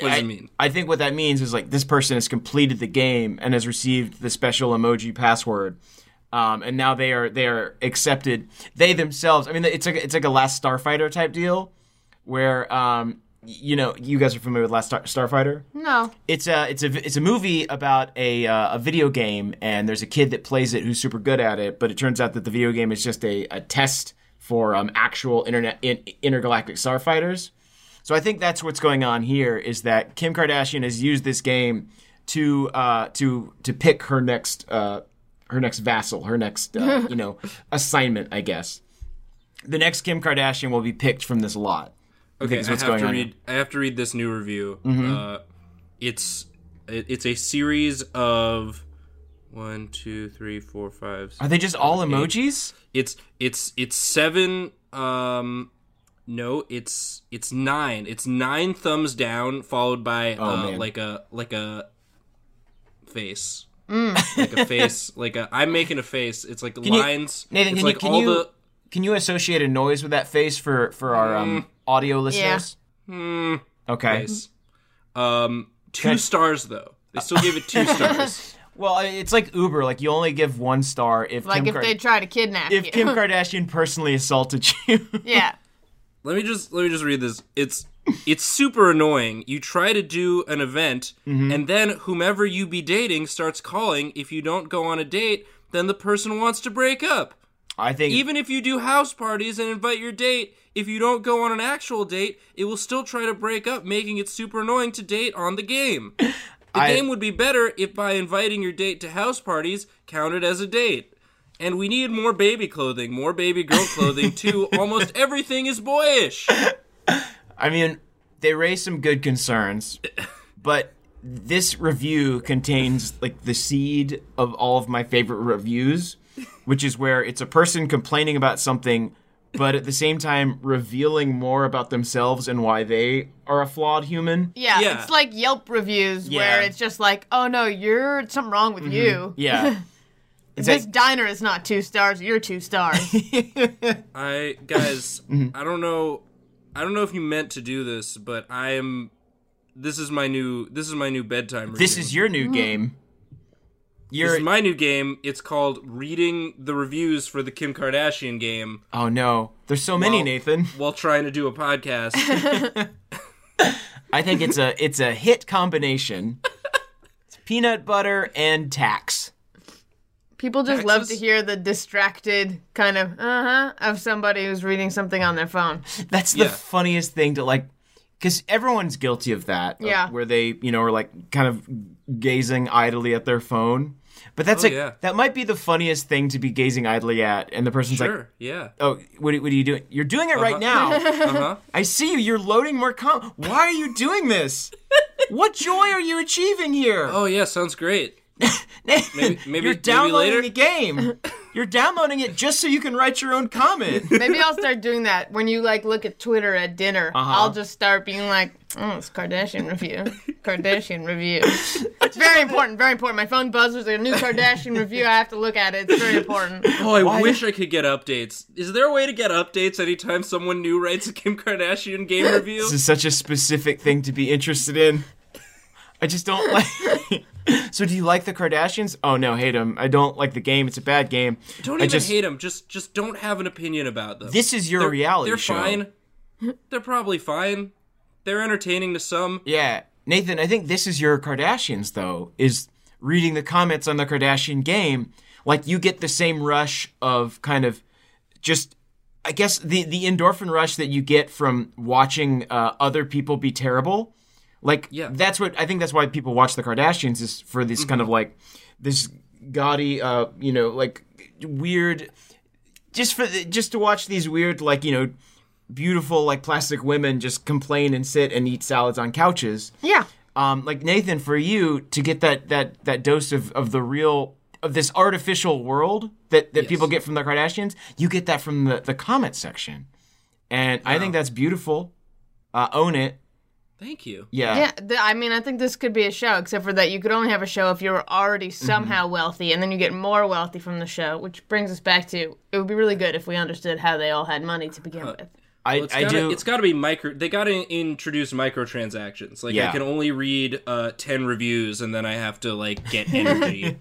S3: What does it mean?
S2: I think what that means is like this person has completed the game and has received the special emoji password, um, and now they are they are accepted. They themselves, I mean, it's like it's like a Last Starfighter type deal, where um, y- you know you guys are familiar with Last Star- Starfighter.
S4: No.
S2: It's a it's a it's a movie about a uh, a video game, and there's a kid that plays it who's super good at it, but it turns out that the video game is just a, a test for um, actual internet in, intergalactic starfighters. So I think that's what's going on here is that Kim Kardashian has used this game to uh, to to pick her next uh, her next vassal, her next uh, you know assignment, I guess. The next Kim Kardashian will be picked from this lot.
S3: Okay, I
S2: is
S3: have
S2: what's going
S3: to
S2: on here. Mm-hmm.
S3: read. I have to read this new review. Uh, it's it- it's a series of one, two, three, four, five.
S2: Are they just all emojis?
S3: It's it's it's seven. Um, no, it's it's nine. It's nine
S2: Oh,
S3: thumbs down, followed by uh,
S2: man.
S3: like a like a face. like a face, like a I'm making a face. It's like
S2: Mm. you-
S3: lines.
S2: Nathan,
S3: it's
S2: can you-
S3: like
S2: can
S3: all
S2: you-
S3: the
S2: Can you associate a noise with that face for for our um, audio listeners? Okay.
S3: face. Um, two stars though. They still gave it two stars.
S2: Well, I- it's like Uber. Like you only give one star if
S4: Like
S2: Kim
S4: if
S2: Kar-
S4: they try to kidnap
S2: if
S4: you.
S2: Kim Kardashian personally assaulted you.
S4: yeah.
S3: let me just let me just read this. It's it's super annoying. You try to do an event, and then whomever you be dating starts calling. If you don't go on a date, then the person wants to break up.
S2: I think
S3: Even if you do house parties and invite your date, if you don't go on an actual date, it will still try to break up, making it super annoying to date on the game. The
S2: I-
S3: game would be better if by inviting your date to house parties counted as a date. And we need more baby clothing, more baby girl clothing too. Almost everything is boyish.
S2: I mean, they raise some good concerns, but this review contains like the seed of all of my favorite reviews, which is where it's a person complaining about something, but at the same time revealing more about themselves and why they are a flawed human.
S4: yeah,
S3: Yeah.
S4: It's like Yelp reviews
S2: Yeah. Mm-hmm.
S4: where it's just like, oh no, you're something wrong with you.
S2: Yeah. It's
S4: This
S2: like-
S4: diner is not two stars. You're two stars.
S3: I guys,
S2: Mm-hmm.
S3: I don't know I don't know if you meant to do this, but I am this is my new this is my new bedtime routine.
S2: this is your new game.
S3: This
S2: You're
S3: is my new game. It's called Reading the Reviews for the Kim Kardashian Game
S2: Oh no. There's so many,
S3: Well-
S2: Nathan.
S3: while trying to do a podcast.
S2: I think it's a it's a hit combination. It's peanut butter and tax.
S4: People just love to
S3: Taxes?
S4: hear the distracted kind of uh huh of somebody who's reading something on their phone.
S2: That's the
S3: Yeah.
S2: funniest thing to like, because everyone's guilty of that. of
S4: Yeah.
S2: where they, you know, are like kind of gazing idly at their phone. But that's like,
S3: yeah.
S2: that might be the funniest thing to be gazing idly at. And the person's like,
S3: sure, yeah.
S2: oh, what, are- what are you doing? You're doing it right now.
S3: Uh-huh.
S2: I see you. You're loading more com. Why are you doing this? what joy are you achieving here?
S3: Oh yeah, sounds great.
S2: maybe,
S3: maybe-
S2: You're
S3: maybe
S2: downloading
S3: later?
S2: the game. You're downloading it just so you can write your own comment.
S4: Maybe I'll start doing that when you like look at Twitter at dinner. I'll just start being like, "Oh, it's Kardashian review, Kardashian review." It's very important, very important. My phone buzzes. There's a new Kardashian review. I have to look at it. It's very important.
S3: Oh, I wish I could get updates. Is there a way to get updates anytime someone new writes a Kim Kardashian game review?
S2: This is such a specific thing to be interested in. I just don't like. so, do you like the Kardashians? Oh no, hate them. I don't like the game. It's a bad game.
S3: Don't
S2: I
S3: even hate 'em.
S2: just-
S3: hate them. Just just don't have an opinion about them.
S2: This is your
S3: they're,
S2: reality
S3: They're
S2: show.
S3: fine. They're probably fine. They're entertaining to some.
S2: Yeah, Nathan. I think this is your Kardashians though. Is reading the comments on the Kardashian game. Like you get the same rush of kind of just. I guess the the endorphin rush that you get from watching uh, other people be terrible. Like
S3: Yeah.
S2: that's what I think that's why people watch the Kardashians is for this kind of like this gaudy uh you know like weird just for the, just to watch these weird like you know beautiful like plastic women just complain and sit and eat salads on couches.
S4: Yeah,
S2: Um like Nathan for you to get that that that dose of of the real of this artificial world that that people get from the Kardashians, you get that from the the comment section. And I think that's beautiful. Uh own it.
S3: Thank you.
S4: yeah. th- I mean, I think this could be a show, except for that you could only have a show if you were already somehow wealthy, and then you get more wealthy from the show. Which brings us back to it would be really good if we understood how they all had money to begin with.
S2: I,
S3: Well, it's
S2: I
S3: gotta,
S2: do.
S3: It's got to be micro. They got to introduce microtransactions. Like
S2: Yeah.
S3: I can only read uh, ten reviews, and then I have to like get energy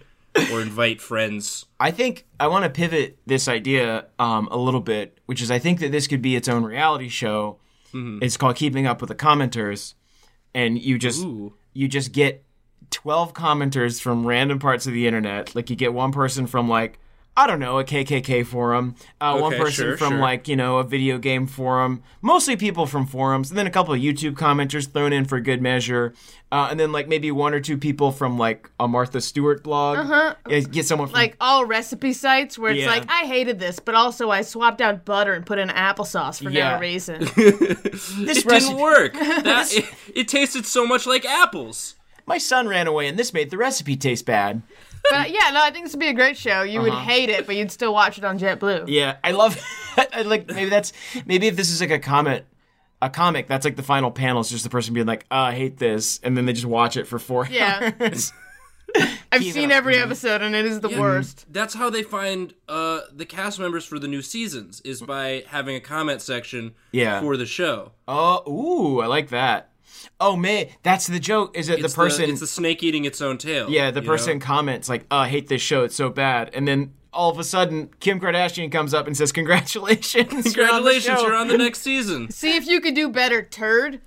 S3: or invite friends.
S2: I think I want to pivot this idea um, a little bit, which is I think that this could be its own reality show.
S3: Mm-hmm.
S2: It's called Keeping Up with the Commenters, and you just
S3: Ooh.
S2: you just get twelve commenters from random parts of the internet. Like you get one person from like I don't know a KKK forum, uh, one
S3: Okay,
S2: person
S3: sure,
S2: from
S3: sure.
S2: like you know a video game forum, mostly people from forums, and then a couple of YouTube commenters thrown in for good measure, uh, and then like maybe one or two people from like a Martha Stewart blog. Uh-huh. Get someone from
S4: like all recipe sites where it's
S2: Yeah.
S4: like I hated this, but also I swapped out butter and put in applesauce for
S2: Yeah.
S4: no reason.
S2: this
S3: It didn't work. That it, it tasted so much like apples.
S2: My son ran away, and this made the recipe taste bad.
S4: but yeah, no, I think this would be a great show. You would hate it, but you'd still watch it on JetBlue.
S2: Uh-huh. Yeah, I love. I like maybe that's maybe if this is like a comment, a comic. That's like the final "Ah, panel. It's just the person being like, "Uh, "I hate this," and then they just watch it for four
S4: Yeah.
S2: hours.
S4: I've
S2: Keep it
S4: seen
S2: up.
S4: every episode, and it is the
S3: Yeah.
S4: worst.
S3: That's how they find uh, the cast members for the new seasons is by having a comment section
S2: Yeah.
S3: for the show.
S2: Oh, ooh, I like that. Oh, man, that's the joke. Is that
S3: It's
S2: the person?
S3: it's the snake eating its own tail.
S2: yeah, the
S3: you
S2: person
S3: know?
S2: comments like, "Oh, I hate this show. It's so bad," and then all of a sudden, Kim Kardashian comes up and says, "Congratulations,
S3: Congratulations,
S2: show."
S3: you're on the next season.
S4: See if you could do better, turd.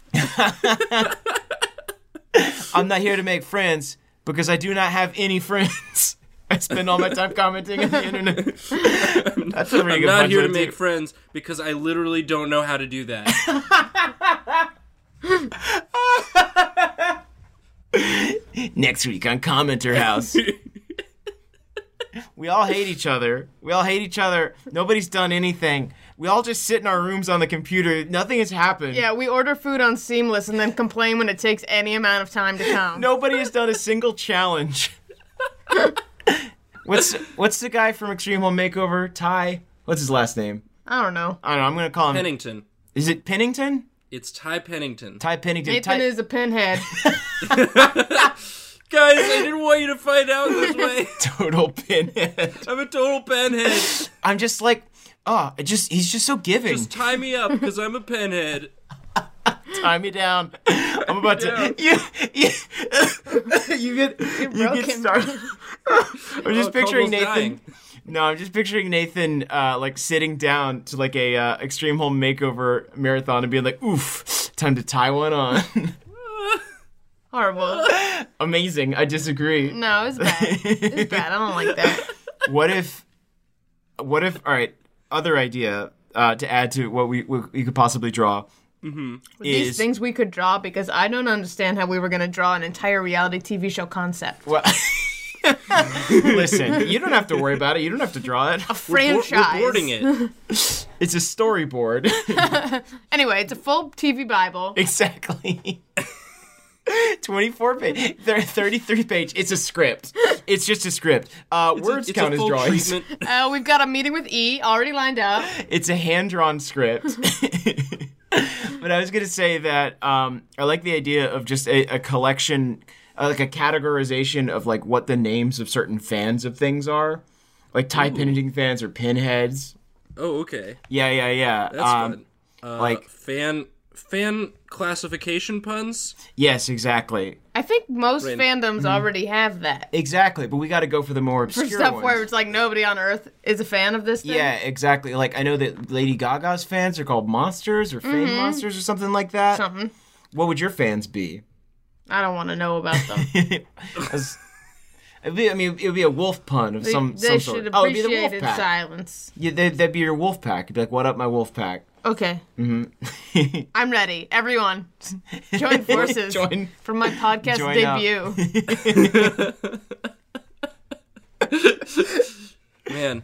S2: I'm not here to make friends because I do not have any friends. I spend all my time commenting on the internet. That's a really
S3: I'm
S2: good
S3: not here to
S2: punchline,
S3: make
S2: too.
S3: friends because I literally don't know how to do that.
S2: Next week on Commenter House. we all hate each other. We all hate each other. Nobody's done anything. We all just sit in our rooms on the computer. Nothing has happened.
S4: Yeah, we order food on Seamless and then complain when it takes any amount of time to come.
S2: Nobody has done a single challenge. what's what's the guy from Extreme Home Makeover? Ty. What's his last name?
S4: I don't know.
S2: I don't know. I'm gonna call him.
S3: Pennington.
S2: Is it Pennington?
S3: It's Ty Pennington.
S2: Ty Pennington.
S4: Nathan
S2: Ty-
S4: is a pinhead.
S3: Guys, I didn't want you to find out this way.
S2: total pinhead.
S3: I'm a total penhead.
S2: I'm just like, oh, it just he's just so giving.
S3: Just tie me up because I'm a penhead.
S2: tie me down. I'm about to. You, you, you get you, get
S4: broken.
S2: started. I'm just
S3: Oh,
S2: picturing
S3: Cobble's
S2: Nathan.
S3: dying.
S2: No, I'm just picturing Nathan uh, like sitting down to like a uh, extreme home makeover marathon and being like, oof, time to tie one on.
S4: Horrible.
S2: Amazing. I disagree.
S4: No, it's bad. It's bad. I don't like that.
S2: What if? What if? All right. Other idea uh, to add to what we, we you could possibly draw.
S3: Mm-hmm.
S4: These
S2: Is
S4: things we could draw because I don't understand how we were going to draw an entire reality TV show concept.
S2: Well, listen, you don't have to worry about it. You don't have to draw it.
S3: We're-
S4: Franchise.
S3: We're boarding it.
S2: It's a storyboard.
S4: Anyway, it's a full TV Bible.
S2: exactly. 24 page, thir- 33 page. It's a script. It's just a script. Uh, words
S3: it's
S2: count
S3: a
S2: as
S3: full
S2: drawings.
S3: treatment.
S4: Uh, we've got a meeting with E already lined up.
S2: It's a hand drawn script. but I was going to say that um, I like the idea of just a, a collection, uh, like a categorization of like what the names of certain fans of things are. Like Ty Pennington fans or pinheads.
S3: Oh, okay.
S2: Yeah, yeah, yeah.
S3: That's
S2: um,
S3: fun. Uh,
S2: like-
S3: fan fan classification puns.
S2: Yes, exactly,
S4: I think most
S3: Right.
S2: Mm-hmm.
S4: fandoms already have that.
S2: exactly. But we got to go for the more
S4: For
S2: obscure
S4: stuff
S2: ones.
S4: where it's like nobody on earth is a fan of this thing.
S2: yeah, exactly. Like I know that Lady Gaga's fans are called monsters or
S4: Mm-hmm.
S2: fame monsters or something like that.
S4: Something.
S2: What would your fans be?
S4: I don't want to know about them.
S2: As- it'd be, I mean, it'd be a wolf pun of
S4: They,
S2: some
S4: they
S2: some
S4: should
S2: sort.
S4: appreciate
S2: Oh, it'd be the wolf
S4: its
S2: pack.
S4: silence.
S2: Yeah, they'd, that'd be your wolf pack. You'd be like, "What up, my wolf pack?"
S4: Okay.
S2: Mm-hmm.
S4: I'm ready. Everyone, join forces
S2: Join.
S4: for my podcast
S2: Join up.
S4: debut.
S3: Man,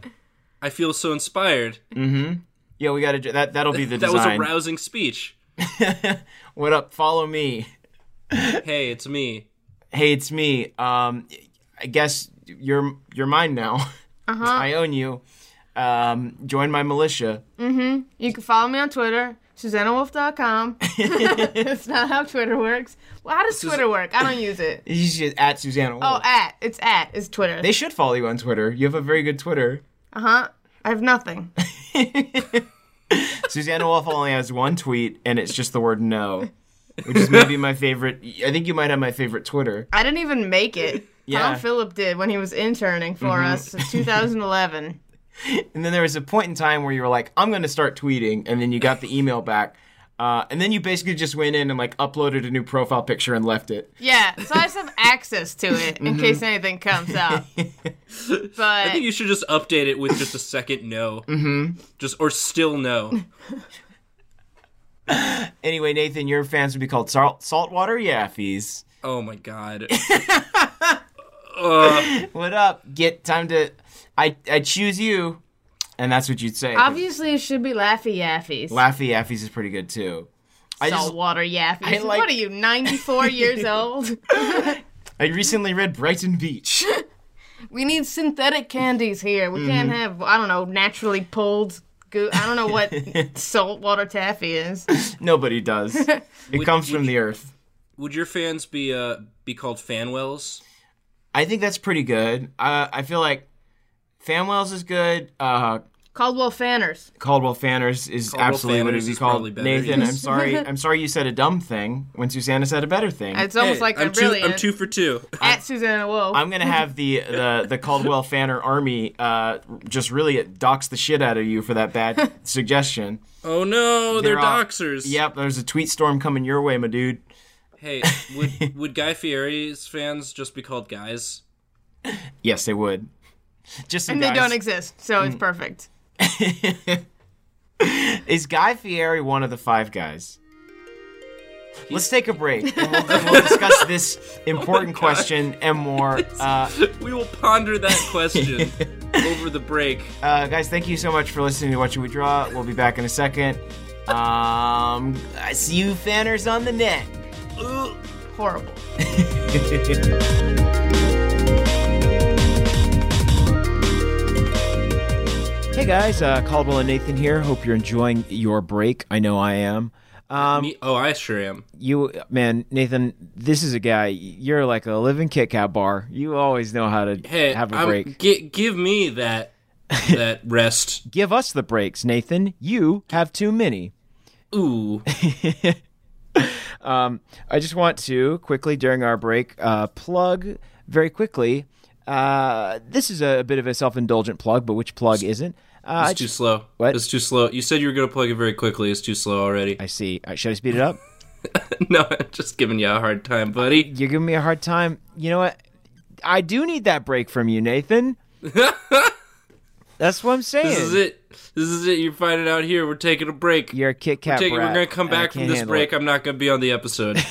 S3: I feel so inspired.
S2: Yeah, we got to. That that'll be the
S3: That was a
S2: design.
S3: rousing speech.
S2: what up? Follow me.
S3: Hey, it's me.
S2: Hey, it's me. Um, I guess you're you're mine now. Uh-huh. I own you. Um, join my militia.
S4: You can follow me on Twitter, SusannaWolf.com. That's not how Twitter works. Well, how does Twitter work? I don't use it.
S2: You should at Susanna.
S4: Oh,
S2: Wolf.
S4: at. It's at. It's Twitter.
S2: they should follow you on Twitter. You have a very good Twitter.
S4: Uh huh. I have nothing.
S2: Susanna Wolf only has one tweet, and it's just the word no, which is maybe my favorite. I think you might have my favorite Twitter.
S4: I didn't even make it.
S2: Yeah.
S4: Tom Phillip did when he was interning for us in 2011.
S2: And then there was a point in time where you were like, I'm going to start tweeting, and then you got the email back. Uh, and then you basically just went in and like uploaded a new profile picture and left it.
S4: Yeah, so I just have access to it in case anything comes out.
S3: I think
S4: But
S3: you should just update it with just a second no. Mm-hmm. Just or still no.
S2: Anyway, Nathan, your fans would be called salt saltwater yaffies.
S3: Oh my god.
S2: What up? Get time to. I I choose you, and that's what you'd say.
S4: obviously, it should be Laffy Yaffies.
S2: Laffy Affies is pretty good too. I just
S4: Saltwater Yaffies.
S2: like-
S4: What are you, 94 years old?
S2: I recently read Brighton Beach.
S4: We need synthetic candies here. We can't have, I don't know, naturally pulled. Goo- I don't know what saltwater taffy is.
S2: Nobody does. It comes from the earth.
S3: Would your fans be uh be called fanwells?
S2: I think that's pretty good. Uh, I feel like Famwells is good. Uh,
S4: Caldwell Fanners.
S2: Caldwell Fanners is
S3: Caldwell
S2: absolutely what it is
S3: Fanners is
S2: called.
S3: probably better,
S2: Nathan,
S3: yes.
S2: I'm sorry. I'm sorry you said a dumb thing when Susanna said a better thing.
S4: It's almost
S3: Hey,
S4: like they're
S3: I'm two,
S4: brilliant.
S3: I'm two for two.
S4: At Susanna Woe.
S2: I'm gonna have the the, the Caldwell Fanner Army uh, just really dox the shit out of you for that bad suggestion.
S3: Oh no, they're,
S2: They're all-
S3: doxers.
S2: Yep, there's a tweet storm coming your way, my dude.
S3: Hey, would would Guy Fieri's fans just be called guys?
S2: Yes, they would. Just some
S4: and they
S2: guys- Mm.
S4: don't exist, so it's perfect.
S2: Is Guy Fieri one of the five guys? Let's take a break. And we'll, and we'll discuss
S4: Oh
S2: this important question and more. Uh,
S3: We will ponder that question over the break.
S2: uh, guys, thank you so much for listening to What You Would Draw. We'll be back in a second. Um, I see you fanners on the net.
S3: Ugh.
S4: Horrible.
S2: Hey guys, uh, Caldwell and Nathan here. Hope you're enjoying your break. I know I am. Um,
S3: Me- oh, I sure am.
S2: you, man, Nathan, this is a guy. You're like a living Kit Kat bar. You always know how to
S3: Hey,
S2: have a
S3: I'm-
S2: break.
S3: gi- give me that that rest.
S2: Give us the breaks, Nathan. You have too many.
S3: Ooh,
S2: Um, I just want to quickly during our break uh, plug very quickly. Uh, this is a, bit of a self-indulgent plug, but which plug isn't? Uh, I
S3: it's too slow.
S2: What?
S3: It's too slow. You said you were gonna plug it very quickly. It's too slow already.
S2: I see. Uh, should I speed it up?
S3: no, I'm just giving you a hard time, buddy.
S2: You're giving me a hard time. You know what? I do need that break from you, Nathan. That's what I'm saying.
S3: This is it. This is it. You're finding out here. We're taking a break.
S2: You're a Kit Kat
S3: Take- we're
S2: brat,
S3: gonna come
S2: and I
S3: back from
S2: can't
S3: this
S2: handle
S3: break.
S2: it.
S3: I'm not gonna be on the episode.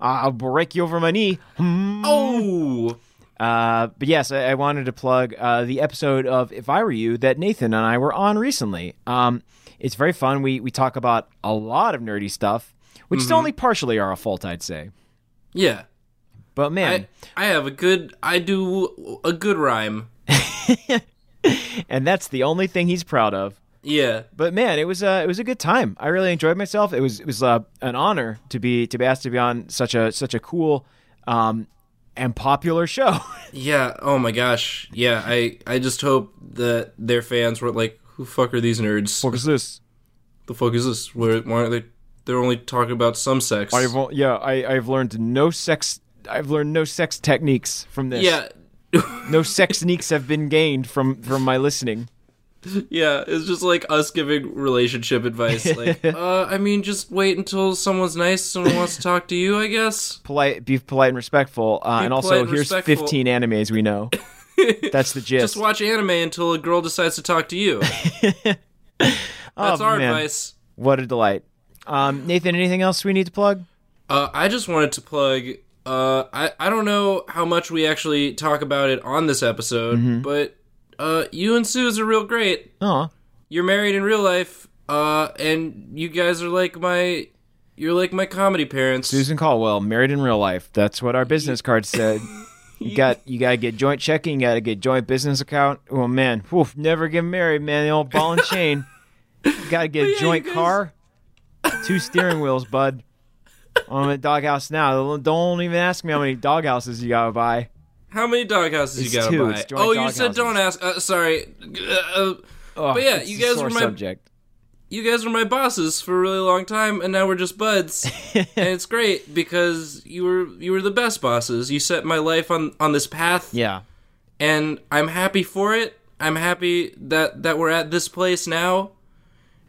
S2: I'll break you over my knee.
S3: oh,
S2: Uh, but yes, I, I wanted to plug uh, the episode of If I Were You that Nathan and I were on recently. Um, it's very fun. We we talk about a lot of nerdy stuff, which
S3: Mm-hmm.
S2: is only partially our fault, I'd say.
S3: yeah.
S2: But man,
S3: I, I have a good. I do a good rhyme.
S2: and that's the only thing he's proud of.
S3: Yeah.
S2: But man, it was uh, it was a good time. I really enjoyed myself. It was it was uh, an honor to be to be asked to be on such a such a cool um, and popular show.
S3: Yeah. Oh my gosh. Yeah. I I just hope that their fans weren't like, who the fuck are these nerds?
S2: What is this?
S3: The fuck is this? Where? Why are they? They're only talking about some sex.
S2: I've o- yeah, I, I've learned no sex. I've learned no sex techniques from this.
S3: yeah.
S2: no sex sneaks have been gained from from my listening.
S3: Yeah. It's just like us giving relationship advice. Like, uh, I mean, just wait until someone's nice and wants to talk to you. I guess.
S2: Polite, be polite and respectful, uh, and also
S3: polite and
S2: here's
S3: respectful.
S2: 15 animes we know. That's the gist.
S3: Just watch anime until a girl decides to talk to you. That's our
S2: man.
S3: advice.
S2: what a delight. Um, Nathan, anything else we need to plug?
S3: Uh, I just wanted to plug. Uh, I I don't know how much we actually talk about it on this episode,
S2: Mm-hmm.
S3: but uh, you and Suze are real great.
S2: Oh,
S3: You're married in real life, uh, and you guys are like my you're like my comedy parents.
S2: Susan Caldwell, married in real life. That's what our business card said. You got you gotta get joint checking. You gotta get joint business account. Oh man, Oof, never get married, man. The old ball and chain. You gotta get a
S3: you
S2: joint
S3: guys-
S2: car, two steering wheels, bud. I'm at doghouse now. Don't even ask me how many doghouses you gotta buy.
S3: How many dog houses
S2: It's
S3: you gotta
S2: two,
S3: buy?
S2: it's joint
S3: Oh, you
S2: dog
S3: said don't ask. Uh, sorry. Uh,
S2: Oh,
S3: But yeah,
S2: it's
S3: you
S2: a
S3: guys
S2: sore
S3: were my-
S2: subject.
S3: you guys were my bosses for a really long time, and now we're just buds. and it's great because you were you were the best bosses. You set my life on on this path.
S2: Yeah,
S3: and I'm happy for it. I'm happy that that we're at this place now,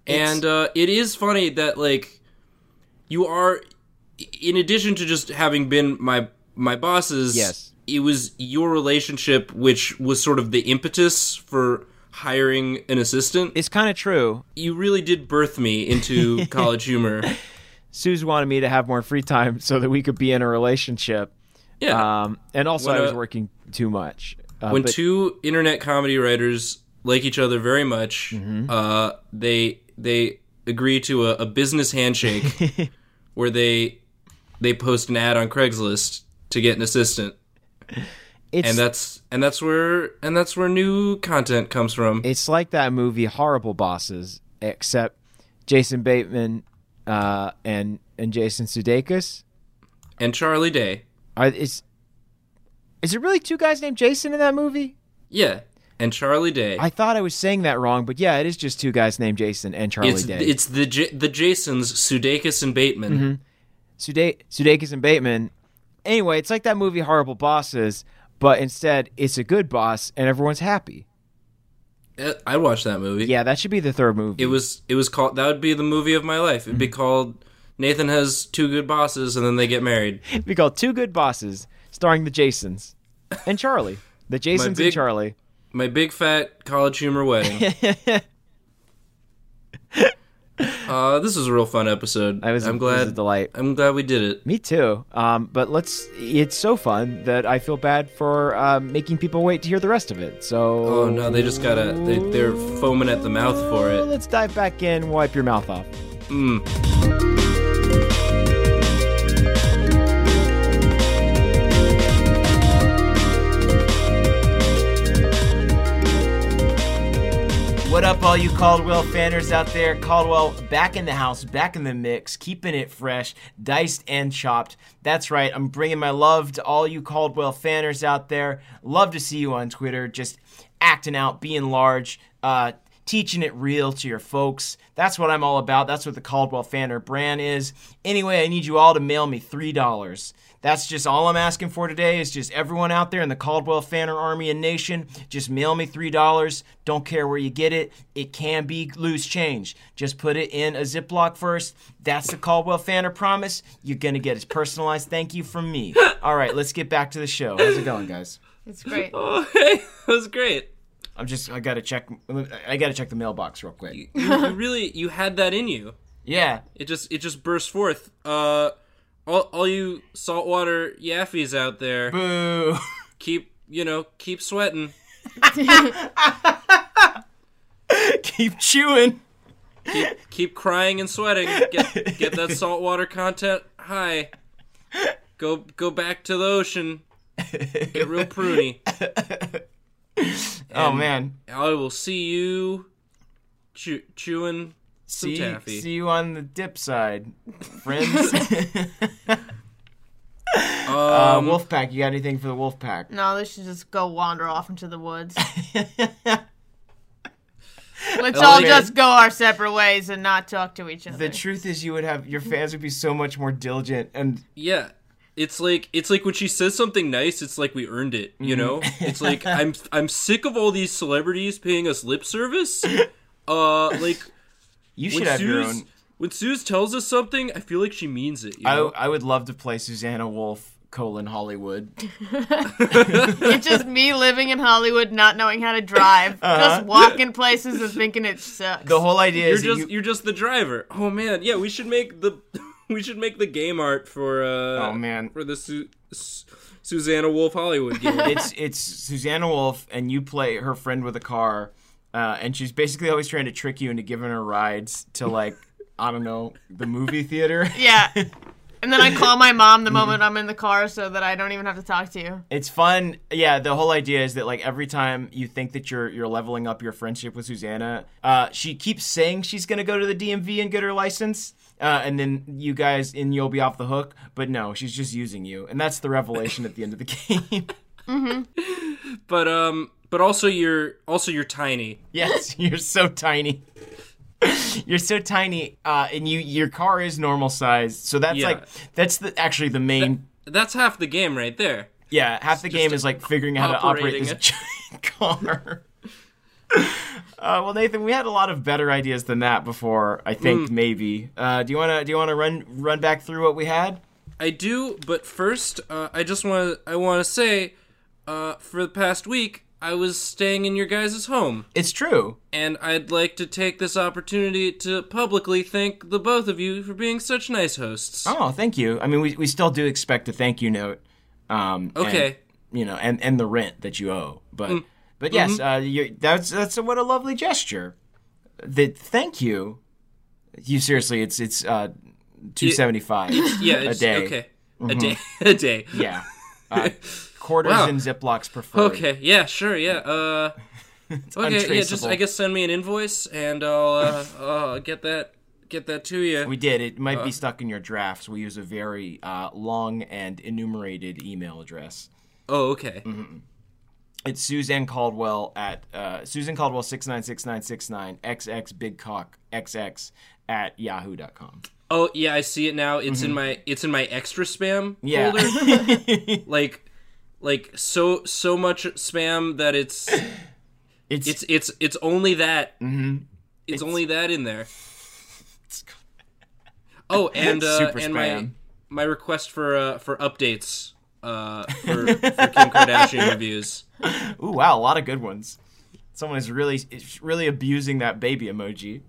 S3: and uh, it is funny that like you are, in addition to just having been my my bosses.
S2: Yes.
S3: it was your relationship which was sort of the impetus for hiring an assistant.
S2: it's kind of true.
S3: you really did birth me into college humor.
S2: Suze wanted me to have more free time so that we could be in a relationship.
S3: Yeah,
S2: Um, and also
S3: When,
S2: I was
S3: uh,
S2: working too much. Uh,
S3: when
S2: but-
S3: two internet comedy writers like each other very much,
S2: Mm-hmm.
S3: uh, they they agree to a, a business handshake where they they post an ad on Craigslist to get an assistant,
S2: it's
S3: and that's and that's where and that's where new content comes from.
S2: it's like that movie Horrible Bosses, except Jason Bateman uh, and and Jason Sudeikis.
S3: and Charlie Day,
S2: Are it's Is it really two guys named Jason in that movie?
S3: Yeah, and Charlie Day.
S2: I thought I was saying that wrong, but yeah, it is just two guys named Jason and Charlie
S3: it's
S2: Day.
S3: it's the J- the Jasons, Sudeikis and Bateman.
S2: Sude- Sudeikis and Bateman. Anyway, it's like that movie Horrible Bosses, but instead it's a good boss and everyone's happy.
S3: Uh, I'd watch that movie.
S2: Mm-hmm. Yeah, that should be the third movie.
S3: It was it was called that would be the movie of my life. It'd be
S2: Mm-hmm.
S3: called Nathan has two good bosses and then they get married.
S2: It'd be called Two Good Bosses, starring the Jasons and Charlie. The Jasons and
S3: big-
S2: Charlie.
S3: My big fat college humor wedding. uh, this was a real fun episode.
S2: I was,
S3: I'm
S2: it was
S3: glad
S2: a delight.
S3: I'm glad we did it.
S2: Me too. Um, but let's. It's so fun that I feel bad for um, making people wait to hear the rest of it. So.
S3: Oh no, they just gotta they, they're foaming at the mouth for it.
S2: Let's dive back in. Wipe your mouth off. What up, all you Caldwell fanners out there? Caldwell back in the house, back in the mix, keeping it fresh, diced and chopped. That's right, I'm bringing my love to all you Caldwell fanners out there. Love to see you on Twitter, just acting out, being large, uh, teaching it real to your folks. That's what I'm all about. That's what the Caldwell Fanner brand is. Anyway, I need you all to mail me $3. That's just all I'm asking for today is just everyone out there in the Caldwell Fanner Army and Nation, just mail me $3. Don't care where you get it. It can be loose change. Just put it in a Ziploc first. That's the Caldwell Fanner promise. You're going to get a personalized thank you from me. All right, let's get back to the show. How's it going, guys?
S4: It's great.
S3: Oh, hey, that was great.
S2: I'm just I got to check I got to check the mailbox real quick.
S3: You, you really you had that in you.
S2: Yeah.
S3: It just it just burst forth. Uh, all all you saltwater yaffies out there,
S2: Boo.
S3: keep you know keep sweating.
S2: Keep chewing.
S3: keep, keep crying and sweating. Get get that saltwater content high. Go go back to the ocean. Get real pruny.
S2: Oh man.
S3: I will see you chew, chewing some
S2: See,
S3: taffy.
S2: see you on the dip side, friends.
S3: Um,
S2: uh, Wolfpack, you got anything for the Wolfpack?
S4: No, they should just go wander off into the woods. Let's all
S3: man.
S4: just go our separate ways and not talk to each other.
S2: The truth is, you would have your fans would be so much more diligent, and
S3: Yeah. It's like it's like when she says something nice, it's like we earned it, you know?
S2: Mm-hmm.
S3: It's like I'm I'm sick of all these celebrities paying us lip service. Uh like
S2: you should
S3: when
S2: have your
S3: Suze,
S2: own.
S3: when Suze tells us something, I feel like she means it, you
S2: I,
S3: know?
S2: I would love to play Susanna Wolf colon Hollywood.
S4: It's just me living in Hollywood, not knowing how to drive, just walking places and thinking it sucks.
S2: Uh-huh. The whole idea
S3: You're
S2: is that
S3: just
S2: you,
S3: you... are just the driver. Oh man, yeah, we should make the we should make the game art for uh
S2: Oh, man.
S3: for the Su- Su- Susanna Wolf Hollywood game.
S2: it's it's Susanna Wolf, and you play her friend with a car, uh, and she's basically always trying to trick you into giving her rides to like I don't know the movie theater.
S4: yeah. And then I call my mom the moment
S2: Mm.
S4: I'm in the car so that I don't even have to talk to you.
S2: It's fun. Yeah, the whole idea is that like every time you think that you're you're leveling up your friendship with Susanna, uh, she keeps saying she's gonna go to the DMV and get her license, uh, and then you guys and you'll be off the hook. But no, she's just using you, and that's the revelation at the end of the game.
S3: But um but also you're also you're tiny.
S2: yes, you're so tiny. You're so tiny, uh, and you your car is normal size, so that's
S3: Yeah.
S2: like that's the actually the main.
S3: That's half the game right there.
S2: yeah, half the game is like figuring out how to operate
S3: operating
S2: this
S3: it.
S2: giant car. Uh, well, Nathan, we had a lot of better ideas than that before. I think
S3: Mm.
S2: maybe. Uh, do you wanna do you wanna run run back through what we had?
S3: I do, but first, uh, I just want to I want to say, uh, for the past week, I was staying in your guys' home,
S2: It's true.
S3: and I'd like to take this opportunity to publicly thank the both of you for being such nice hosts.
S2: Oh, thank you. I mean, we we still do expect a thank you note. Um, and,
S3: Okay. Mm.
S2: you know, and and the rent that you owe, but but yes,
S3: Mm-hmm.
S2: uh, you that's that's what a lovely gesture. That thank you. You seriously, it's it's uh, two seventy five.
S3: yeah, it's,
S2: day. Mm-hmm.
S3: Okay, a day, a day.
S2: Yeah. Uh, quarters
S3: Wow.
S2: and Ziplocs preferred.
S3: Okay, yeah, sure, yeah. Uh, okay, yeah. Just
S2: untraceable.
S3: I guess send me an invoice, and I'll uh, uh, get that get that to you.
S2: We did. It might be uh, stuck in your drafts. We use a very uh, long and enumerated email address.
S3: Oh, okay.
S2: It's Suzanne Caldwell at uh, Susan Caldwell six nine six nine six nine xx big cock xx at yahoo.com.
S3: Oh, yeah, I see it now. It's in my it's in my extra spam
S2: Mm-hmm. Yeah.
S3: folder. like like so so much spam that it's
S2: It's
S3: it's it's it's only that.
S2: Mm-hmm.
S3: It's, only that in there. Oh, and uh,
S2: Super
S3: and
S2: spam.
S3: my my request for uh, for updates uh, for, for Kim Kardashian reviews.
S2: ooh wow, a lot of good ones. Someone is really is really abusing that baby emoji.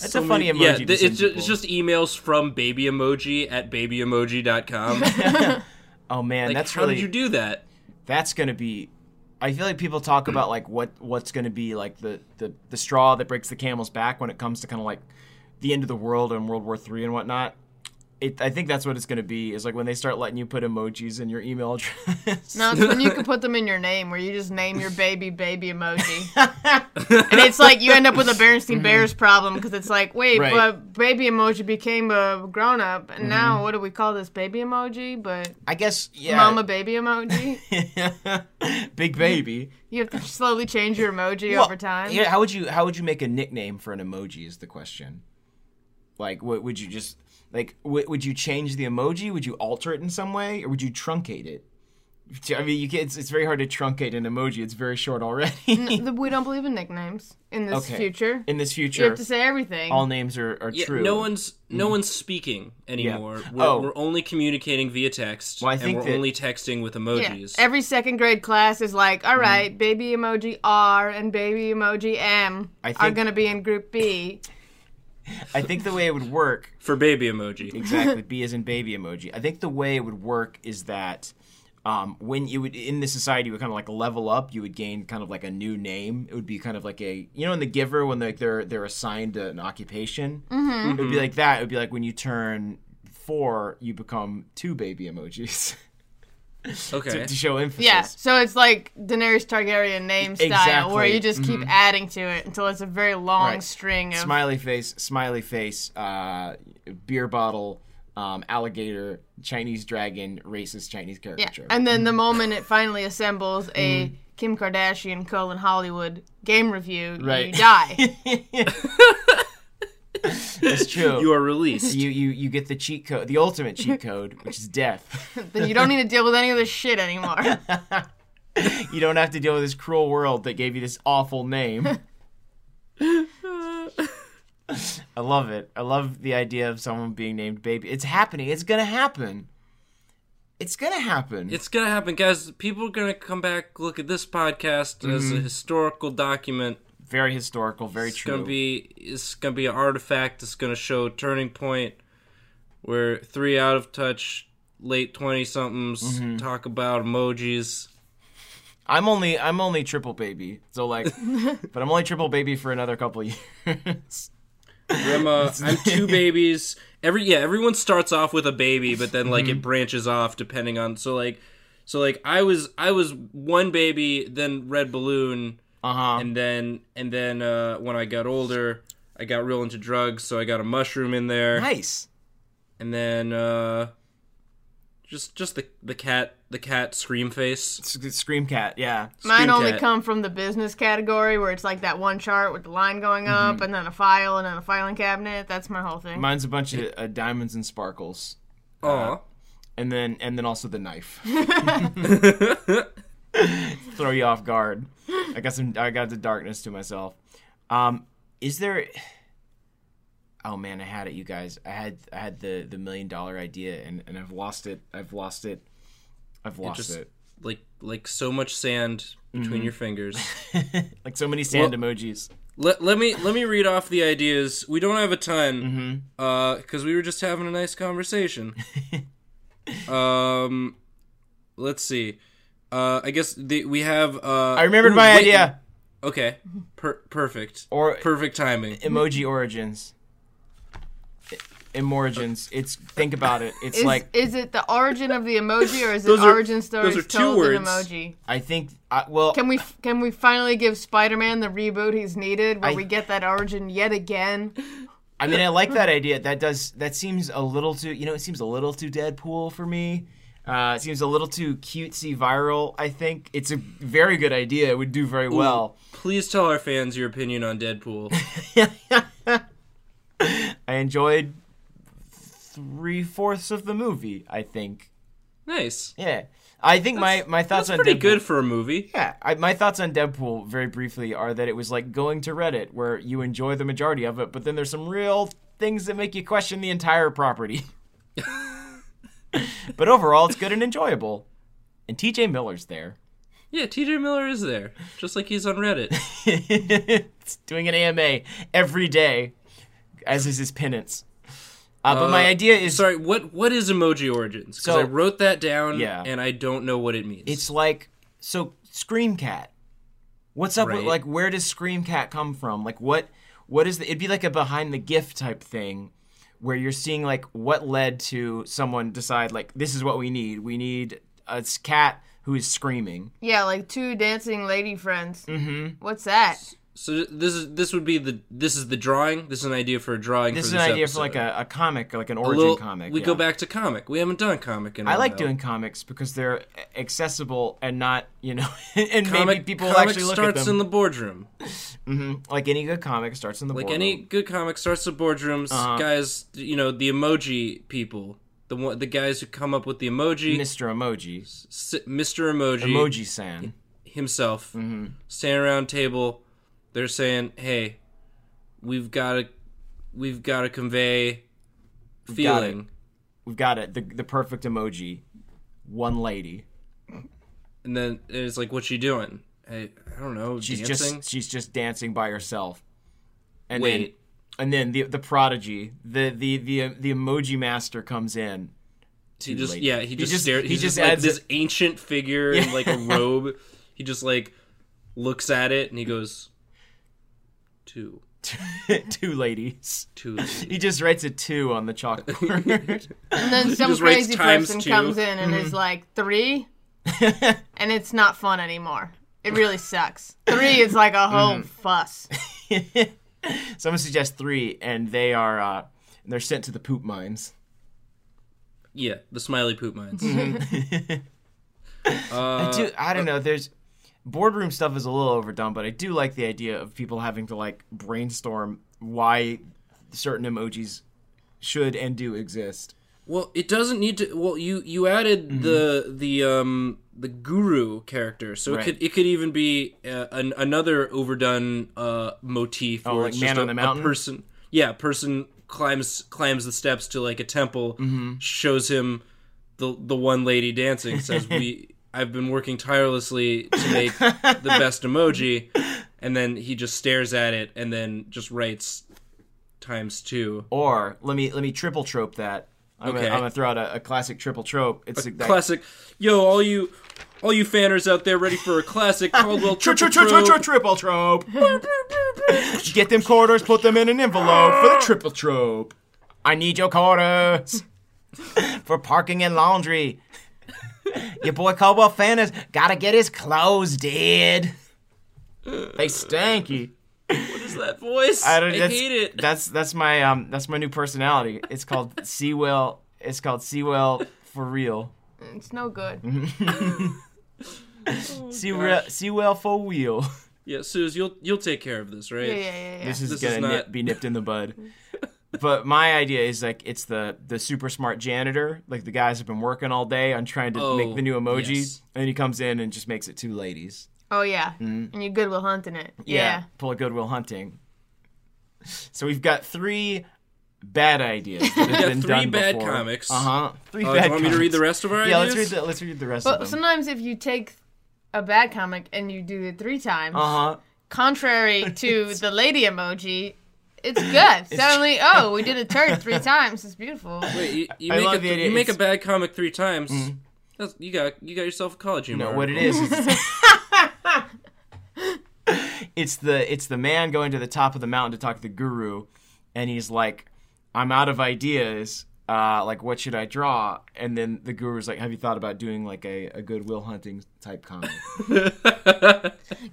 S2: That's a funny emoji.
S3: yeah,
S2: to
S3: th-
S2: send
S3: it's just,
S2: people.
S3: it's just emails from baby emoji at babyemoji.com. Like,
S2: oh man, that's
S3: how
S2: really
S3: did you do that?
S2: that's gonna be I feel like people talk about like what what's gonna be like the, the, the straw that breaks the camel's back when it comes to kind of like the end of the world and World War Three and whatnot. It, I think that's what it's gonna be is like when they start letting you put emojis in your email address.
S4: No, it's when you can put them in your name, where you just name your baby baby emoji, and it's like you end up with a Bernstein Bears problem because it's like, wait,
S2: Mm-hmm. Right.
S4: but baby emoji became a grown up, and now what do we call this baby emoji? But
S2: I guess Mm-hmm. yeah.
S4: mama baby emoji.
S2: Big baby.
S4: You have to slowly change your emoji
S2: Well,
S4: over time.
S2: Yeah, how would you how would you make a nickname for an emoji is the question. Like what would you just like w- would you change the emoji? Would you alter it in some way or would you truncate it? I mean, you can, it's, it's very hard to truncate an emoji. It's very short already.
S4: Th- We don't believe in nicknames in this
S2: Okay.
S4: future.
S2: in this
S4: you have
S2: future,
S4: to say everything.
S2: all names are, are
S3: Yeah,
S2: true. Mm-hmm.
S3: no one's no one's speaking anymore. We're,
S2: Oh.
S3: we're only communicating via text,
S2: Well, I think
S3: and we're
S2: that-
S3: only texting with
S4: Yeah.
S3: emojis.
S4: Every second grade class is like,
S2: Mm-hmm.
S4: all right, baby emoji R and baby emoji M
S2: I
S4: are
S2: think-
S4: going to be in group B.
S2: I think the way it would work
S3: for baby emoji.
S2: exactly b as in baby emoji i think the way it would work is that um, when you would in this society you would kind of like level up you would gain kind of like a new name it would be kind of like a you know in the giver when like they're they're assigned an occupation
S4: Mm-hmm.
S2: it
S3: Mm-hmm.
S2: would be like that it would be like when you turn four you become two baby emojis
S3: Okay.
S2: to, to show emphasis
S4: yeah. So it's like Daenerys Targaryen name style, where
S2: Exactly.
S4: you just keep
S3: Mm-hmm.
S4: adding to it until it's a very long
S2: Right.
S4: string of.
S2: smiley face smiley face uh, beer bottle um, alligator chinese dragon racist chinese
S4: yeah.
S2: caricature
S4: And then
S3: Mm-hmm.
S4: the moment it finally assembles a Kim Kardashian colon Hollywood game review,
S2: Right.
S4: you die.
S2: it's true
S3: You are released.
S2: you, you you get the cheat code, the ultimate cheat code, which is death.
S4: then you don't need to deal with any of this shit anymore.
S2: You don't have to deal with this cruel world that gave you this awful name. I love it. I love the idea of someone being named baby. It's happening. It's gonna happen. It's gonna happen.
S3: It's gonna happen, guys. People are gonna come back look at this podcast as
S2: Mm-hmm.
S3: a historical document.
S2: very historical. Very
S3: It's
S2: true.
S3: gonna be it's gonna be an artifact. It's gonna show a turning point where three out of touch late twenty somethings
S2: Mm-hmm.
S3: talk about emojis.
S2: I'm only I'm only triple baby. So like, but I'm only triple baby for another couple years.
S3: Grandma, I'm two babies. Every yeah, everyone starts off with a baby, but then
S2: Mm-hmm.
S3: like it branches off depending on so like so like I was I was one baby, then red balloon.
S2: Uh huh.
S3: and then and then uh, when I got older, I got real into drugs, so I got a mushroom in there,
S2: Nice.
S3: and then uh, just just the the cat the cat scream face.
S2: S- Scream cat. Yeah.
S4: Mine
S3: Screen
S4: only
S3: cat.
S4: come from the business category where it's like that one chart with the line going up
S3: Mm-hmm.
S4: and then a file and then a filing cabinet. That's my whole thing.
S2: Mine's a bunch of uh, diamonds and sparkles.
S3: Aw,
S2: and then and then also the knife. Throw you off guard. I got some. I got the darkness to myself. Um, is there? Oh man, I had it, you guys. I had I had the the million dollar idea, and and I've lost it. I've lost it. I've lost it.
S3: just- like like so much sand between
S2: Mm-hmm.
S3: your fingers.
S2: Like so many sand emojis.
S3: let, let me let me read off the ideas. We don't have a ton
S2: Mm-hmm.
S3: because we were just having a nice conversation. um, let's see. Uh, I guess the, we have. Uh,
S2: I remembered
S3: ooh,
S2: my
S3: wait-
S2: idea.
S3: Okay. Per- perfect.
S2: Or-
S3: perfect timing.
S2: Emoji origins. Emorigins. It's think about it. It's
S4: Is,
S2: like
S4: is it the origin of the emoji or is it
S3: Those are-
S4: origin stories
S3: those are two
S4: told in
S3: words.
S4: emoji?
S2: I think. I, well,
S4: Can we can we finally give Spider-Man the reboot he's needed where
S2: I-
S4: we get that origin yet again?
S2: I mean, I like that idea. That does that seems a little too you know it seems a little too Deadpool for me. Uh, it seems a little too cutesy viral. I think it's a very good idea. It would do very
S3: Mm.
S2: well.
S3: Please tell our fans your opinion on Deadpool.
S2: I enjoyed three fourths of the movie. I think.
S3: nice.
S2: Yeah, I think my my thoughts
S3: That's
S2: on
S3: pretty
S2: Deadpool-
S3: good for a movie.
S2: Yeah, I, my thoughts on Deadpool very briefly are that it was like going to Reddit, where you enjoy the majority of it, but then there's some real things that make you question the entire property. but overall, it's good and enjoyable. And TJ Miller's there.
S3: Yeah, TJ Miller is there, just like he's on Reddit.
S2: it's doing an AMA every day, as is his penance. Uh, but my
S3: Uh,
S2: idea is
S3: Sorry, what what is Emoji Origins? Because
S2: So-
S3: I wrote that down,
S2: Yeah.
S3: and I don't know what it means.
S2: it's like so Screamcat. What's up with
S3: Right.
S2: like where does Screamcat come from? Like what what is the it'd be like a behind the gift type thing where you're seeing like what led to someone decide like this is what we need. We need a s- cat who is screaming.
S4: Yeah, like two dancing lady friends. Mm-hmm. What's that?
S3: so this is this would be the this is the drawing. This is an idea for a drawing.
S2: This
S3: for
S2: is
S3: this
S2: an idea
S3: episode.
S2: for like a, a comic, like an
S3: A
S2: origin
S3: little-
S2: comic.
S3: We
S2: yeah.
S3: go back to comic. We haven't done comic in. I
S2: I like doing comics because they're accessible and not, you know, and maybe
S3: comic.
S2: people will
S3: comic
S2: actually look
S3: starts
S2: at them.
S3: in the boardroom.
S2: like any good comic starts in the
S3: Like
S2: boardroom. Uh-huh.
S3: any good comic starts the boardrooms. Guys, you know the emoji people, the one, the guys who come up with the emoji,
S2: Mr. Emoji,
S3: S- Mr. Emoji,
S2: Emoji San.
S3: himself,
S2: Mm-hmm.
S3: standing around table. They're saying, "Hey, we've got to, we've got to convey
S2: got
S3: feeling."
S2: We've got it. The, the perfect emoji. One lady.
S3: And then it's like, "What you doing?" I, I don't know.
S2: She's
S3: dancing.
S2: just she's just dancing by herself. And
S3: Wait.
S2: then and then the the prodigy, the the the the emoji master comes in.
S3: he just
S2: late.
S3: yeah he, just, stared, he's just, like
S2: adds
S3: this
S2: it-
S3: ancient figure in like a robe he just like looks at it and he goes two
S2: two ladies.
S3: two
S2: He just writes a two on the chalkboard.
S4: And then some
S3: just writes
S4: crazy
S3: times
S4: person
S3: two.
S4: comes in and is like three, and it's not fun anymore. It really sucks. Three is like a whole fuss.
S2: Someone suggests three, and they are uh, they're sent to the poop mines.
S3: yeah the smiley poop minds
S2: I
S3: Uh,
S2: do. I don't know. There's boardroom stuff is a little overdone, but I do like the idea of people having to like brainstorm why certain emojis should and do exist.
S3: well it doesn't need to well you you added
S2: Mm-hmm.
S3: the the um the guru character so
S2: Right.
S3: it could it could even be uh, an, another overdone uh motif oh,
S2: like Man on the Mountain?
S3: person yeah person climbs climbs the steps to like a temple
S2: Mm-hmm.
S3: shows him the the one lady dancing says we I've been working tirelessly to make the best emoji and then he just stares at it and then just writes times two
S2: Or let me let me triple trope that. I'm,
S3: Okay.
S2: gonna, I'm gonna throw out a, a classic triple trope. It's a that,
S3: classic yo all you all you fanners out there ready for a classic Caldwell
S2: Tri-
S3: triple
S2: tri- tri- tri-
S3: trope.
S2: tri- triple trope. Get them quarters, put them in an envelope for the triple trope. I need your quarters for parking and laundry. Your boy Caldwell Fanners gotta get his clothes, dude. They stanky.
S3: Is that voice I,
S2: I, don't, that's,
S3: hate it
S2: That's that's my um that's my new personality. It's called Seawell. It's called Seawell for real.
S4: It's no good.
S3: Oh,
S2: Seawell Seawell for real.
S3: yeah Suze you'll you'll take care of this right
S4: Yeah, yeah, yeah. yeah.
S2: this is
S3: This
S2: gonna
S3: is not-
S2: nip, be nipped in the bud. but my idea is like it's the the super smart janitor, like the guys have been working all day on trying to
S3: Oh,
S2: make the new emojis,
S3: yes.
S2: and he comes in and just makes it two ladies.
S4: Oh yeah, and you're good with hunting it. Yeah.
S2: pull a Goodwill Hunting. So we've got three bad ideas that have been
S3: three
S2: done
S3: bad
S2: before.
S3: comics.
S2: Uh huh. Three
S3: Oh, do
S2: bad.
S3: you want me to read the
S2: comics.
S3: rest of our
S2: Yeah, let's
S3: ideas?
S2: read the let's read the rest
S4: But
S2: of them.
S4: sometimes if you take a bad comic and you do it three times,
S2: Uh huh.
S4: contrary to the lady emoji, it's good. Suddenly, oh, we did a turd three times. It's beautiful.
S3: Wait, you, you
S2: I
S3: make,
S2: love
S3: a,
S2: the
S3: th-
S2: idea.
S3: you make a
S2: It's- Mm-hmm.
S3: bad comic three times. That's, you got you got yourself a college humor.
S2: No, what it
S3: article.
S2: is, is it's the it's the man going to the top of the mountain to talk to the guru, and he's like, "I'm out of ideas. Uh, like, what should I draw?" And then the guru's like, "Have you thought about doing like a, a goodwill hunting type comic?"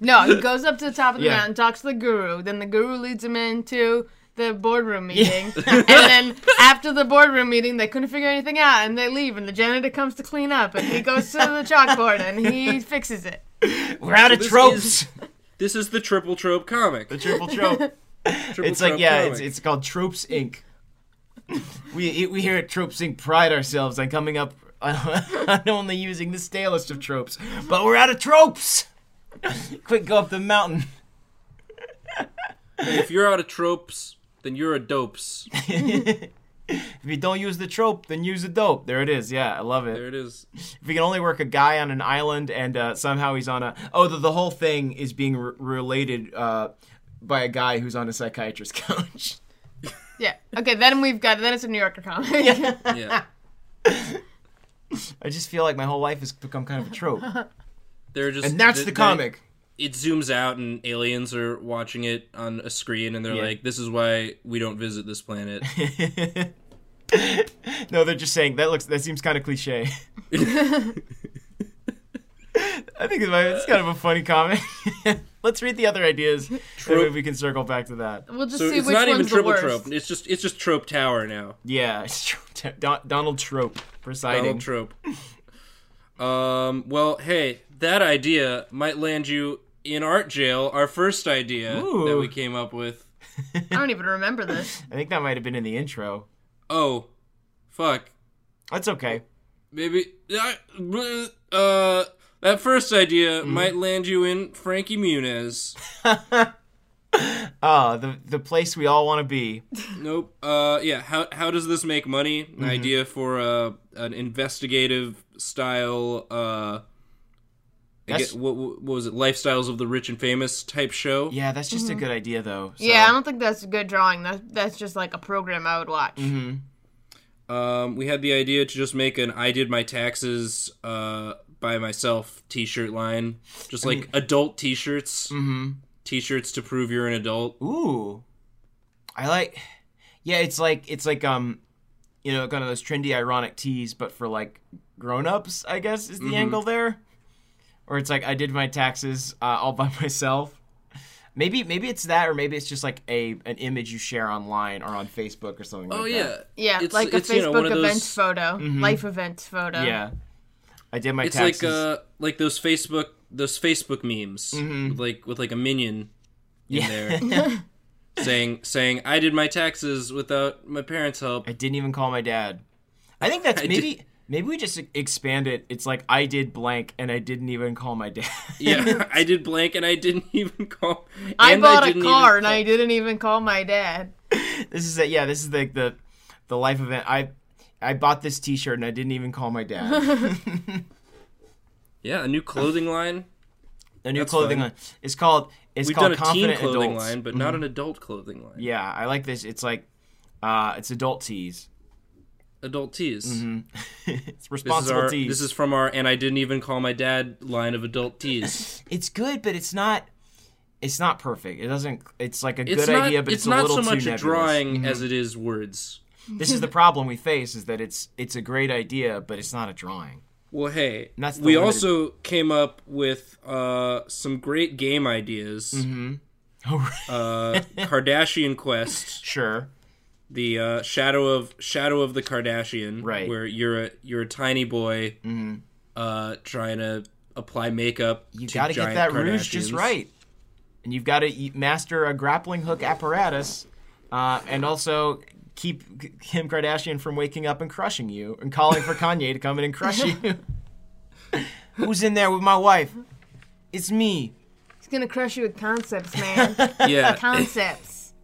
S4: No, he goes up to the top of the
S2: Yeah.
S4: mountain, talks to the guru. Then the guru leads him into the boardroom meeting, and then after the boardroom meeting, they couldn't figure anything out, and they leave, and the janitor comes to clean up, and he goes to the chalkboard and he fixes it.
S2: We're out of
S3: this
S2: tropes.
S3: is- This is the triple trope comic.
S2: The triple trope.
S3: Triple
S2: it's like
S3: trope
S2: yeah,
S3: comic.
S2: it's, it's called Tropes Inc. we we here at Tropes Inc. pride ourselves on coming up on, on only using the stalest of tropes, but we're out of tropes. Quick, go up the mountain.
S3: if you're out of tropes, then you're a dopes.
S2: If you don't use the trope, then use the dope. There it is. Yeah, I love it.
S3: There it is.
S2: if you can only work a guy on an island and uh, somehow he's on a oh the, the whole thing is being re- related uh, by a guy who's on a psychiatrist couch
S4: Yeah. Okay. Then we've got. Then it's a New Yorker comic.
S3: Yeah.
S2: i just feel like my whole life has become kind of a trope
S3: They're just
S2: and that's
S3: they-
S2: the
S3: they-
S2: comic
S3: it zooms out and aliens are watching it on a screen and they're
S2: Yeah.
S3: like, This is why we don't visit this planet.
S2: no they're just saying that looks that seems kind of cliche i think it's, it's kind of a funny comic let's read the other ideas maybe we can circle back to that
S4: We'll just
S3: So
S4: see
S3: it's
S4: which
S3: not even
S4: one's the
S3: triple
S4: worst.
S3: trope. It's just it's just trope tower now.
S2: yeah it's Trope- Don- donald trope presiding
S3: Donald trope. um well, hey, that idea might land you in art jail, our first idea that
S2: Ooh.
S3: we came up with.
S4: I don't even remember this.
S2: i think that might have been in the intro
S3: Oh fuck.
S2: that's okay
S3: Maybe uh that first idea
S2: Mm-hmm.
S3: might land you in Frankie Muniz.
S2: Ah, the the place we all want to be.
S3: Nope. Uh, yeah. How how does this make money?
S2: Mm-hmm.
S3: An idea for a an investigative style. Uh, I
S2: That's-
S3: get- what, what was it? Lifestyles of the rich and famous type show.
S2: Yeah, that's just a good idea though. so-
S4: Yeah, I don't think that's a good drawing. That that's just like a program I would watch.
S3: Um, we had the idea to just make an "I did my taxes uh by myself" T-shirt line, just like adult T-shirts. Mm-hmm. T-shirts to prove you're an adult.
S2: Ooh, I like. Yeah, it's like it's like um, you know, kind of those trendy ironic tees, but for like grown-ups, I guess is the
S3: Mm-hmm.
S2: angle there. Or it's like I did my taxes uh, all by myself. Maybe maybe it's that, or maybe it's just like a an image you share online or on Facebook or something.
S3: Oh
S2: like
S3: yeah.
S2: that.
S4: Yeah,
S3: It's-
S4: like a
S3: it's,
S4: Facebook
S3: you know, one of
S4: event
S3: those- Mm-hmm.
S4: photo, life event photo.
S2: yeah. I did my
S3: It's
S2: taxes.
S3: like uh like those Facebook those Facebook memes
S2: Mm-hmm.
S3: with like with like a minion in there saying saying I did my taxes without my parents' help.
S2: I didn't even call my dad. I think that's
S3: I
S2: maybe maybe we just expand it. It's like I did blank and I didn't even call my dad.
S3: yeah, I did blank and I didn't even call.
S4: I
S3: and
S4: bought a
S3: didn't even
S4: car and
S3: call-
S4: I didn't even call my dad.
S2: this is the, yeah, this is like the the life event. I I bought this T-shirt and I didn't even call my dad.
S3: yeah a new clothing line.
S2: The new
S3: That's
S2: clothing
S3: fine.
S2: line. It's called it's
S3: We've
S2: called
S3: done a teen
S2: confident
S3: clothing
S2: adults. Mm-hmm.
S3: line, but not an adult clothing line.
S2: Yeah, I like this. It's like uh, it's adult tees.
S3: Adult
S2: It's
S3: tees. This is
S2: Mm-hmm. responsible
S3: our
S2: tees.
S3: this is from our and I didn't even call my dad line of adult tees.
S2: it's good, but it's not. It's not perfect. It doesn't. It's like a
S3: It's
S2: good
S3: not
S2: idea, but
S3: it's,
S2: it's, a
S3: not
S2: little
S3: so
S2: too
S3: much a
S2: nebulous. Mm-hmm.
S3: drawing as it is words.
S2: this is the problem we face is that it's it's a great idea but it's not a drawing
S3: Well, hey,
S2: that's the
S3: we
S2: limited-
S3: also came up with uh, some great game ideas.
S2: Mm-hmm. Oh,
S3: Uh, Kardashian Quest,
S2: sure
S3: the uh, Shadow of Shadow of the Kardashian,
S2: Right. Mm-hmm.
S3: Where you're a you're a tiny boy uh, trying to apply makeup.
S2: you
S3: to
S2: got to get
S3: giant
S2: that rouge just
S3: Kardashians.
S2: right and you've got to master a grappling hook apparatus uh, and also keep kim kardashian from waking up and crushing you and calling for kanye to come in and crush you who's in there with my wife it's me
S4: He's gonna crush you with concepts, man.
S3: Yeah,
S4: concepts.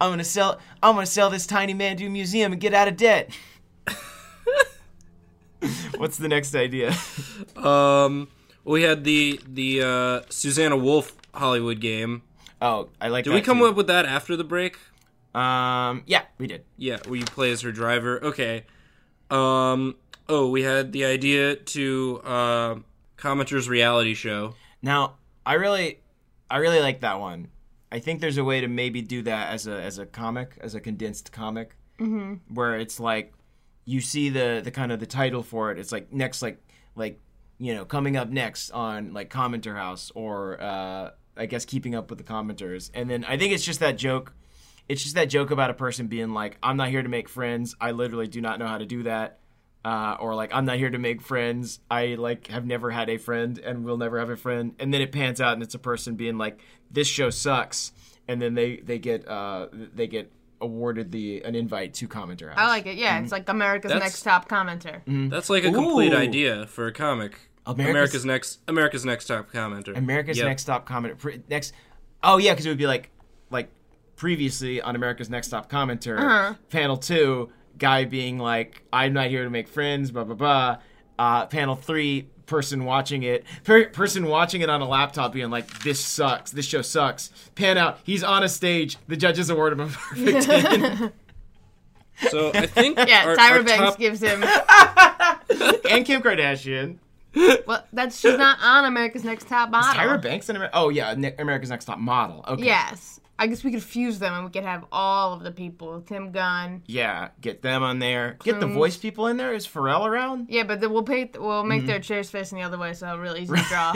S2: i'm gonna sell i'm gonna sell this tiny man to a museum and get out of debt what's the next idea
S3: um, we had the the uh, Susanna Wolf Hollywood game.
S2: oh i like
S3: Did
S2: that
S3: we come
S2: too.
S3: up with that after the break?
S2: um yeah we did
S3: Yeah, where you play as her driver. Okay. Um. Oh, we had the idea to uh, commenters reality show.
S2: Now, I really, I really like that one. I think there's a way to maybe do that as a as a comic, as a condensed comic, mm-hmm. where it's like you see the the kind of the title for it. It's like next, like like you know, coming up next on like Commenter House or uh, I guess keeping up with the commenters. And then I think it's just that joke It's just that joke about a person being like, "I'm not here to make friends. I literally do not know how to do that," uh, or like, "I'm not here to make friends. I like have never had a friend and will never have a friend." And then it pans out, and it's a person being like, "This show sucks," and then they they get uh, they get awarded the an invite to Commenter House.
S4: I like it. Yeah, it's like America's
S3: Mm-hmm. That's-
S4: Next Top Commenter.
S3: That's like a complete
S2: Ooh.
S3: idea for a comic.
S2: America's-
S3: America's, next America's next top commenter.
S2: America's
S3: Yep.
S2: Next Top Commenter. Pre- next, oh yeah, because it would be like, like previously on America's Next Top Commenter, panel two, guy being like, "I'm not here to make friends," blah blah blah. Uh, panel three, person watching it, per- person watching it on a laptop, being like, "This sucks. This show sucks." Pan out, he's on a stage. The judges award him a perfect ten,
S3: So I think
S4: Yeah,
S3: Mm-hmm. our,
S4: Tyra
S3: our
S4: Banks
S3: top-
S4: gives him.
S2: and Kim Kardashian.
S4: Well, that's she's not on America's Next Top Model.
S2: Tyra Banks and Amer- oh yeah, Ne- America's Next Top Model. Okay,
S4: Yes, I guess we could fuse them and we could have all of the people. Tim Gunn.
S2: yeah, get them on there. Get the
S4: Clunes.
S2: voice people in there. Is Pharrell around?
S4: Yeah, but then we'll pay. We'll make
S3: Mm-hmm.
S4: their chairs facing the other way, so really easy to draw.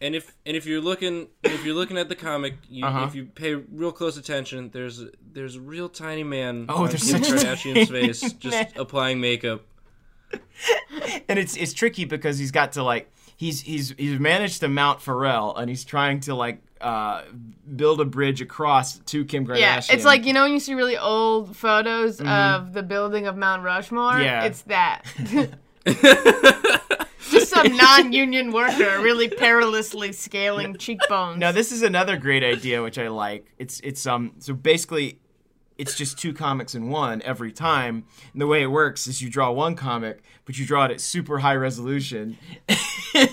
S3: and if and if you're looking if you're looking at the comic, you,
S2: Uh-huh.
S3: if you pay real close attention, there's there's a real tiny man
S2: Oh,
S3: on
S2: there's
S3: Kim
S2: such a
S3: Kardashian's
S2: tiny
S3: face just applying makeup.
S2: and it's it's tricky because he's got to like he's he's he's managed to mount Pharrell and he's trying to like uh build a bridge across to Kim Kardashian. Mm-hmm.
S4: Yeah, it's like you know when you see really old photos of the building of Mount Rushmore.
S2: Yeah.
S4: it's that. Just some non-union worker really perilously scaling cheekbones.
S2: now this is another great idea which I like. It's it's um so basically it's just two comics in one every time. And the way it works is you draw one comic, but you draw it at super high resolution.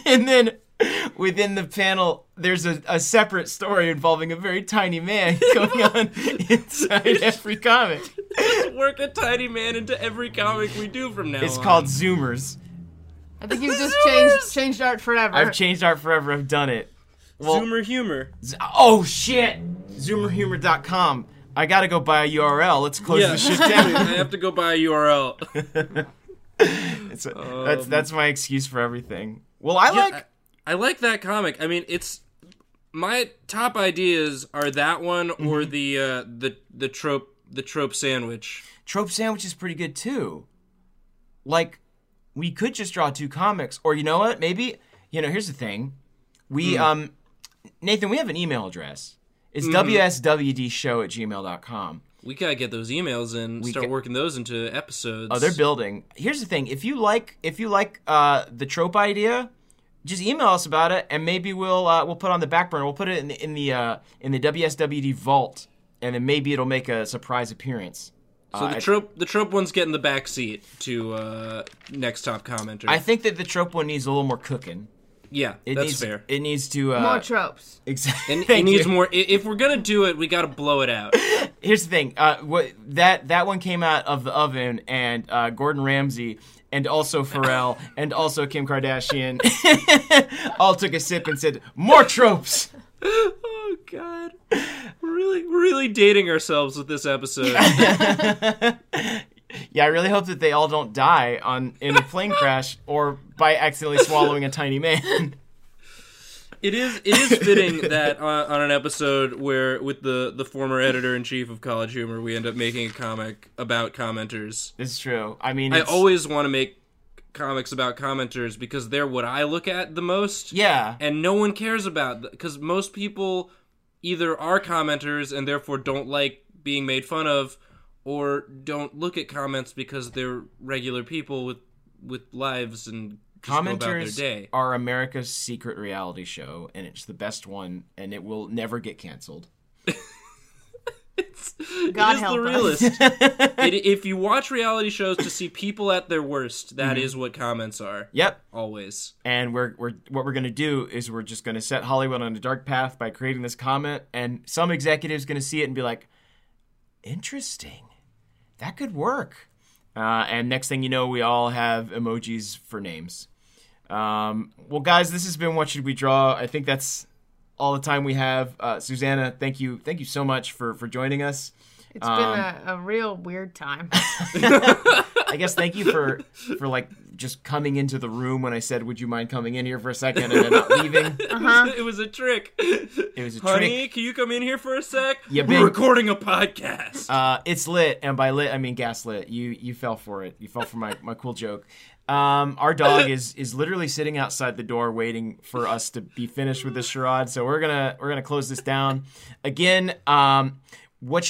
S2: and then within the panel, there's a, a separate story involving a very tiny man going on inside every comic.
S3: Work a tiny man into every comic we do from now
S2: It's
S3: on.
S2: called Zoomers.
S4: I think you've just changed changed art forever.
S2: I've changed art forever. I've done it. Well,
S3: Zoomer humor.
S2: z- oh shit! Zoomerhumor.com. I gotta go buy a URL. Let's close
S3: Yeah,
S2: this shit down.
S3: I have to go buy a URL.
S2: It's a- that's that's my excuse for everything. Well, I
S3: uh,
S2: like.
S3: I, I like that comic. I mean, it's my top ideas are that one or
S2: Mm-hmm.
S3: the uh, the the trope the trope sandwich.
S2: trope sandwich is pretty good too. Like, we could just draw two comics, or you know what? Maybe you know. Here's the thing, we um, Nathan, we have an email address. It's wswdshow at gmail.com.
S3: We gotta get those emails in. start
S2: ca-
S3: working those into episodes.
S2: Oh, they're building. Here's the thing: if you like, if you like uh, the trope idea, just email us about it, and maybe we'll uh, we'll put it on the back burner. We'll put it in the in the uh, in the WSWD vault, and then maybe it'll make a surprise appearance.
S3: so the trope the trope one's getting the back seat to uh, next top commenter.
S2: I think that the trope one needs a little more cooking.
S3: yeah,
S2: It
S3: that's
S2: needs,
S3: fair.
S2: It needs to uh,
S4: more tropes.
S2: Exactly.
S3: And it needs more. i- If we're gonna do it, we gotta blow it out.
S2: Here's the thing. Uh, what that that one came out of the oven, and uh, Gordon Ramsay, and also Pharrell, and also Kim Kardashian, all took a sip and said, "More tropes."
S3: Oh God, we're really we're really dating ourselves with this episode.
S2: Yeah, I really hope that they all don't die on in a plane crash or by accidentally swallowing a tiny man.
S3: It is it is fitting that on, on an episode where with the the former editor in chief of College Humor, we end up making a comic about commenters.
S2: it's true. I mean,
S3: I
S2: it's-
S3: always want to make comics about commenters because they're what I look at the most.
S2: yeah,
S3: and no one cares about because most people either are commenters and therefore don't like being made fun of, or don't look at comments because they're regular people with with lives and just go about their
S2: commenters
S3: day.
S2: are America's secret reality show, and it's the best one, and it will never get canceled.
S4: God
S3: it is
S4: help
S3: the
S4: us.
S3: realist. it, if you watch reality shows to see people at their worst,
S2: Mm-hmm.
S3: that is what comments are.
S2: Yep.
S3: Always.
S2: And we're, we're what we're gonna do is we're just gonna set Hollywood on a dark path by creating this comment, and some executive's gonna see it and be like, "Interesting, that could work." Uh, and next thing you know, we all have emojis for names. Um, well, guys, this has been what should we draw? I think that's all the time we have. Uh, Susanna, thank you, thank you so much for for joining us.
S4: It's been a, a real weird time.
S2: I guess thank you for for like just coming into the room when I said, "Would you mind coming in here for a second and then not leaving?"
S4: Uh-huh.
S3: it was a trick. It
S2: was a
S3: Honey,
S2: trick.
S3: can you come in here for a sec?
S2: Yeah,
S3: We're
S2: big-
S3: recording a podcast.
S2: Uh, it's lit, and by lit I mean gaslit. You you fell for it. You fell for my, my cool joke. Um, our dog is is literally sitting outside the door waiting for us to be finished with this charade. So we're gonna we're gonna close this down. Again, um,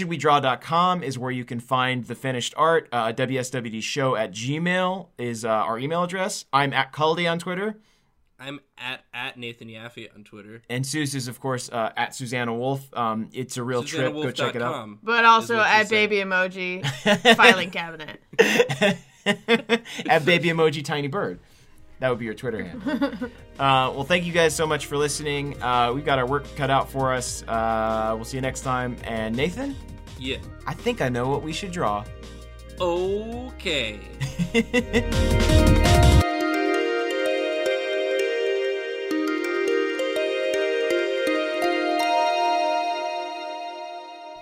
S2: whatshouldwedraw.com is where you can find the finished art. Uh, WSWD show at Gmail is uh, our email address. I'm at Culdy on Twitter.
S3: I'm at at Nathan Yaffe on Twitter.
S2: And Suze is, of course, uh, at Susanna Wolf. Um, it's a real trip. Go check it out.
S3: SusannaWolf.com.
S4: But also
S3: what she
S4: at
S3: said.
S4: baby emoji filing cabinet.
S2: at baby emoji tiny bird. That would be your Twitter handle. Uh, well, thank you guys so much for listening. Uh, we've got our work cut out for us. Uh, we'll see you next time. And Nathan,
S3: Yeah.
S2: I think I know what we should draw.
S3: Okay.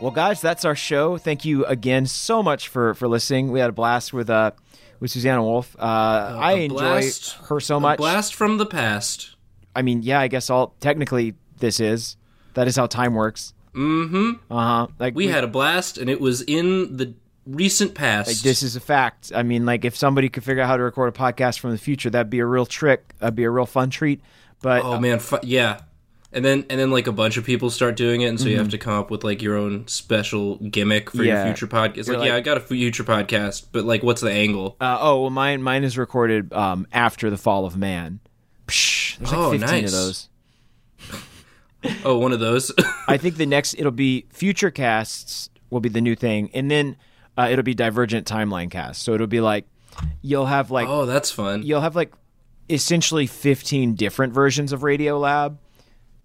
S2: Well, guys, that's our show. Thank you again so much for for listening. We had a blast with uh with Susanna Wolf. Uh, I
S3: A
S2: enjoy
S3: blast-
S2: her so
S3: a
S2: much.
S3: blast from the past.
S2: I mean, yeah, I guess all technically this is that is how time works. Mm-hmm. Uh huh. Like
S3: We had a blast, and it was in the recent past.
S2: Like, this is a fact. I mean, like if somebody could figure out how to record a podcast from the future, that'd be a real trick. That'd be a real fun treat. But
S3: oh man, fu- yeah. And then and then like a bunch of people start doing it, and so you have to come up with like your own special gimmick for
S2: Mm-hmm. Yeah.
S3: your future podcast. It's like,
S2: like-
S3: yeah, I got a future podcast, but like, what's the angle?
S2: uh, oh well, mine mine is recorded um, after the fall of man. Psh, there's like
S3: Oh,
S2: 15 of
S3: nice.
S2: those.
S3: oh, one of those.
S2: I think the next it'll be future casts will be the new thing, and then uh, it'll be divergent timeline casts. So it'll be like you'll have like
S3: oh, that's fun.
S2: you'll have like essentially 15 different versions of Radio Lab.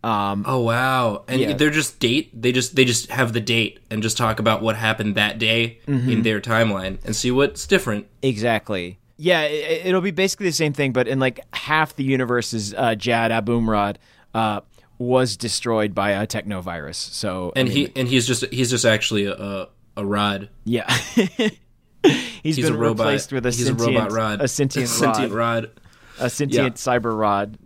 S3: Oh wow! And
S2: Yeah.
S3: they're just date. They just they just have the date and just talk about what happened that day
S2: Mm-hmm.
S3: in their timeline and see what's different.
S2: Exactly. Yeah, it, it'll be basically the same thing, but in like half the universe's uh, Jad Abumrad uh, was destroyed by a techno virus. So
S3: And he and he's just he's just actually a a, a rod.
S2: yeah, he's
S3: He's
S2: been
S3: a robot.
S2: replaced with a
S3: he's
S2: sentient
S3: a robot rod.
S2: a sentient,
S3: sentient
S2: rod,
S3: rod.
S2: a sentient cyber rod.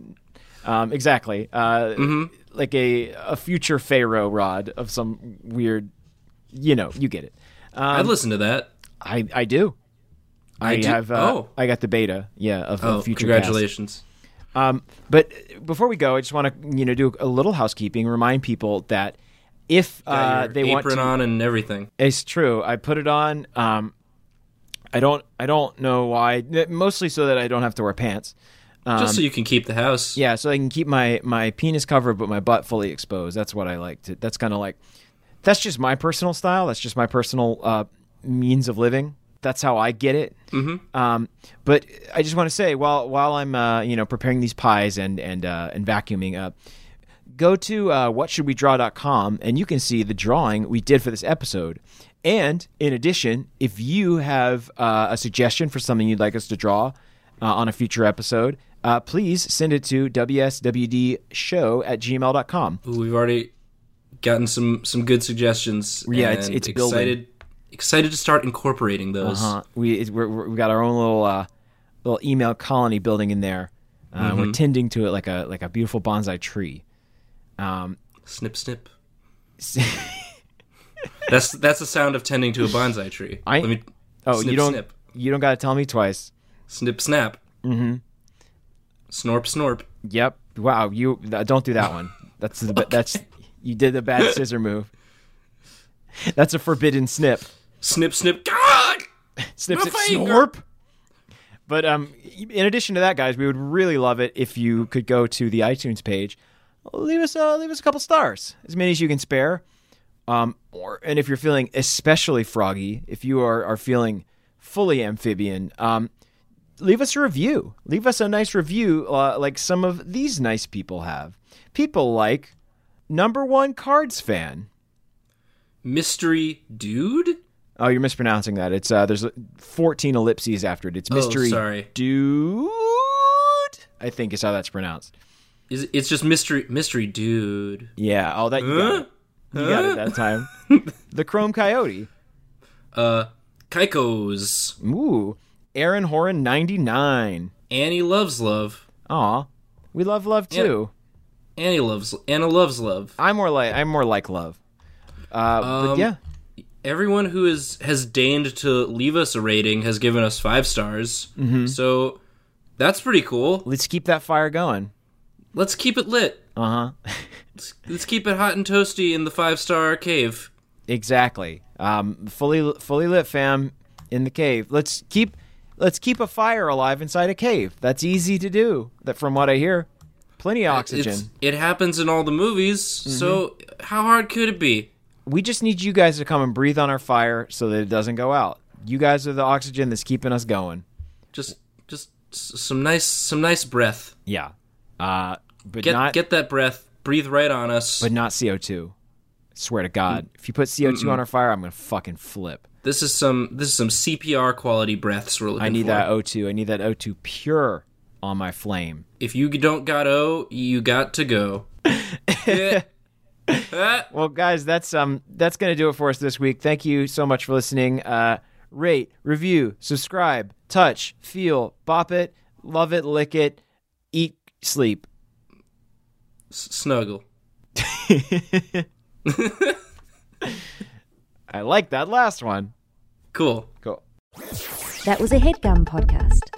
S2: Um, exactly, uh,
S3: Mm-hmm.
S2: like a a future pharaoh rod of some weird, you know, you get it.
S3: I'd listen to that.
S2: I I do. Um, I,
S3: do-
S2: have. Uh,
S3: oh.
S2: I got the beta. Yeah, of the
S3: Oh,
S2: future. cast.
S3: congratulations!
S2: But before we go, I just want to you know do a little housekeeping. Remind people that if uh,
S3: Your
S2: they want
S3: apron
S2: to,
S3: on and everything.
S2: it's true. I put it on. Um, I don't. I don't know why. Mostly so that I don't have to wear pants.
S3: just so you can keep the house.
S2: um, Yeah, so I can keep my my penis covered but my butt fully exposed. That's what I like to. That's kind of like. That's just my personal style. That's just my personal uh, means of living. That's how I get it. Mm-hmm. Um, but I just want to say, while while I'm uh, you know preparing these pies and and uh, and vacuuming up, go to uh, whatshouldwedraw.com and you can see the drawing we did for this episode. And in addition, if you have uh, a suggestion for something you'd like us to draw uh, on a future episode, uh, please send it to wswdshow at gmail.com.
S3: Ooh, we've already gotten some some good suggestions.
S2: Yeah, it's-
S3: and
S2: it's building.
S3: excited. Excited to start incorporating those.
S2: Uh, we, it- we're, we're- we got our own little uh, little email colony building in there. Uh,
S3: Mm-hmm.
S2: We're tending to it like a like a beautiful bonsai tree.
S3: Snip snip. that's that's the sound of tending to a bonsai tree.
S2: I-
S3: Let me,
S2: Oh,
S3: snip,
S2: you don't
S3: snip
S2: you don't got to tell me twice.
S3: snip snap. Mm-hmm. Snorp snorp.
S2: Yep. Wow. You th- don't do that one. That's the ba- that's you did the bad scissor move. That's a forbidden snip.
S3: Snip snip. God.
S2: Snips
S3: My
S2: it
S3: finger!
S2: snorp. But um, in addition to that, guys, we would really love it if you could go to the iTunes page, leave us uh, leave us a couple stars, as many as you can spare. Um, or and if you're feeling especially froggy, if you are are feeling fully amphibian, um, leave us a review. Leave us a nice review, uh, like some of these nice people have. People like number one cards fan.
S3: Mystery dude.
S2: Oh, you're mispronouncing that. It's uh, there's 14 ellipses after it. It's mystery
S3: Oh, sorry.
S2: dude. I think is how that's pronounced.
S3: Is it's just mystery mystery dude.
S2: Yeah. Oh, that you got it. You got it that time. the Chrome Coyote.
S3: Uh, Kaiko's.
S2: Ooh. Aaron Horan 99.
S3: Annie loves love.
S2: Aw. We love love too.
S3: Annie loves Anna loves love.
S2: I'm more like I'm more like love. Uh, but
S3: Um,
S2: yeah.
S3: Everyone who is has deigned to leave us a rating has given us five stars.
S2: Mm-hmm.
S3: So that's pretty cool.
S2: Let's keep that fire going.
S3: Let's keep it lit.
S2: Uh-huh.
S3: Let's keep it hot and toasty in the five star cave.
S2: Exactly. Um, fully fully lit, fam, in the cave. Let's keep let's keep a fire alive inside a cave. That's easy to do. That from what I hear, plenty of oxygen.
S3: Uh,
S2: Mm-hmm.
S3: It's, it happens in all the movies. So how hard could it be?
S2: we just need you guys to come and breathe on our fire so that it doesn't go out. You guys are the oxygen that's keeping us going.
S3: Just just s- some nice some nice breath.
S2: Yeah. Uh, but
S3: Get
S2: not
S3: get that breath. Breathe right on us.
S2: but not CO2. Swear to God, if you put CO2 on our fire, I'm gonna fucking flip.
S3: this is some this is some CPR quality breaths we're looking
S2: I need
S3: for.
S2: that O2. I need that O2 pure on my flame.
S3: If you don't got O, you got to go. Yeah. Ah.
S2: Well, guys, that's um that's gonna do it for us this week. Thank you so much for listening. Uh, rate, review, subscribe, touch, feel, bop it, love it, lick it, eat, sleep.
S3: S- snuggle.
S2: I like that last one.
S3: Cool.
S2: Cool.
S1: That was a headgum podcast.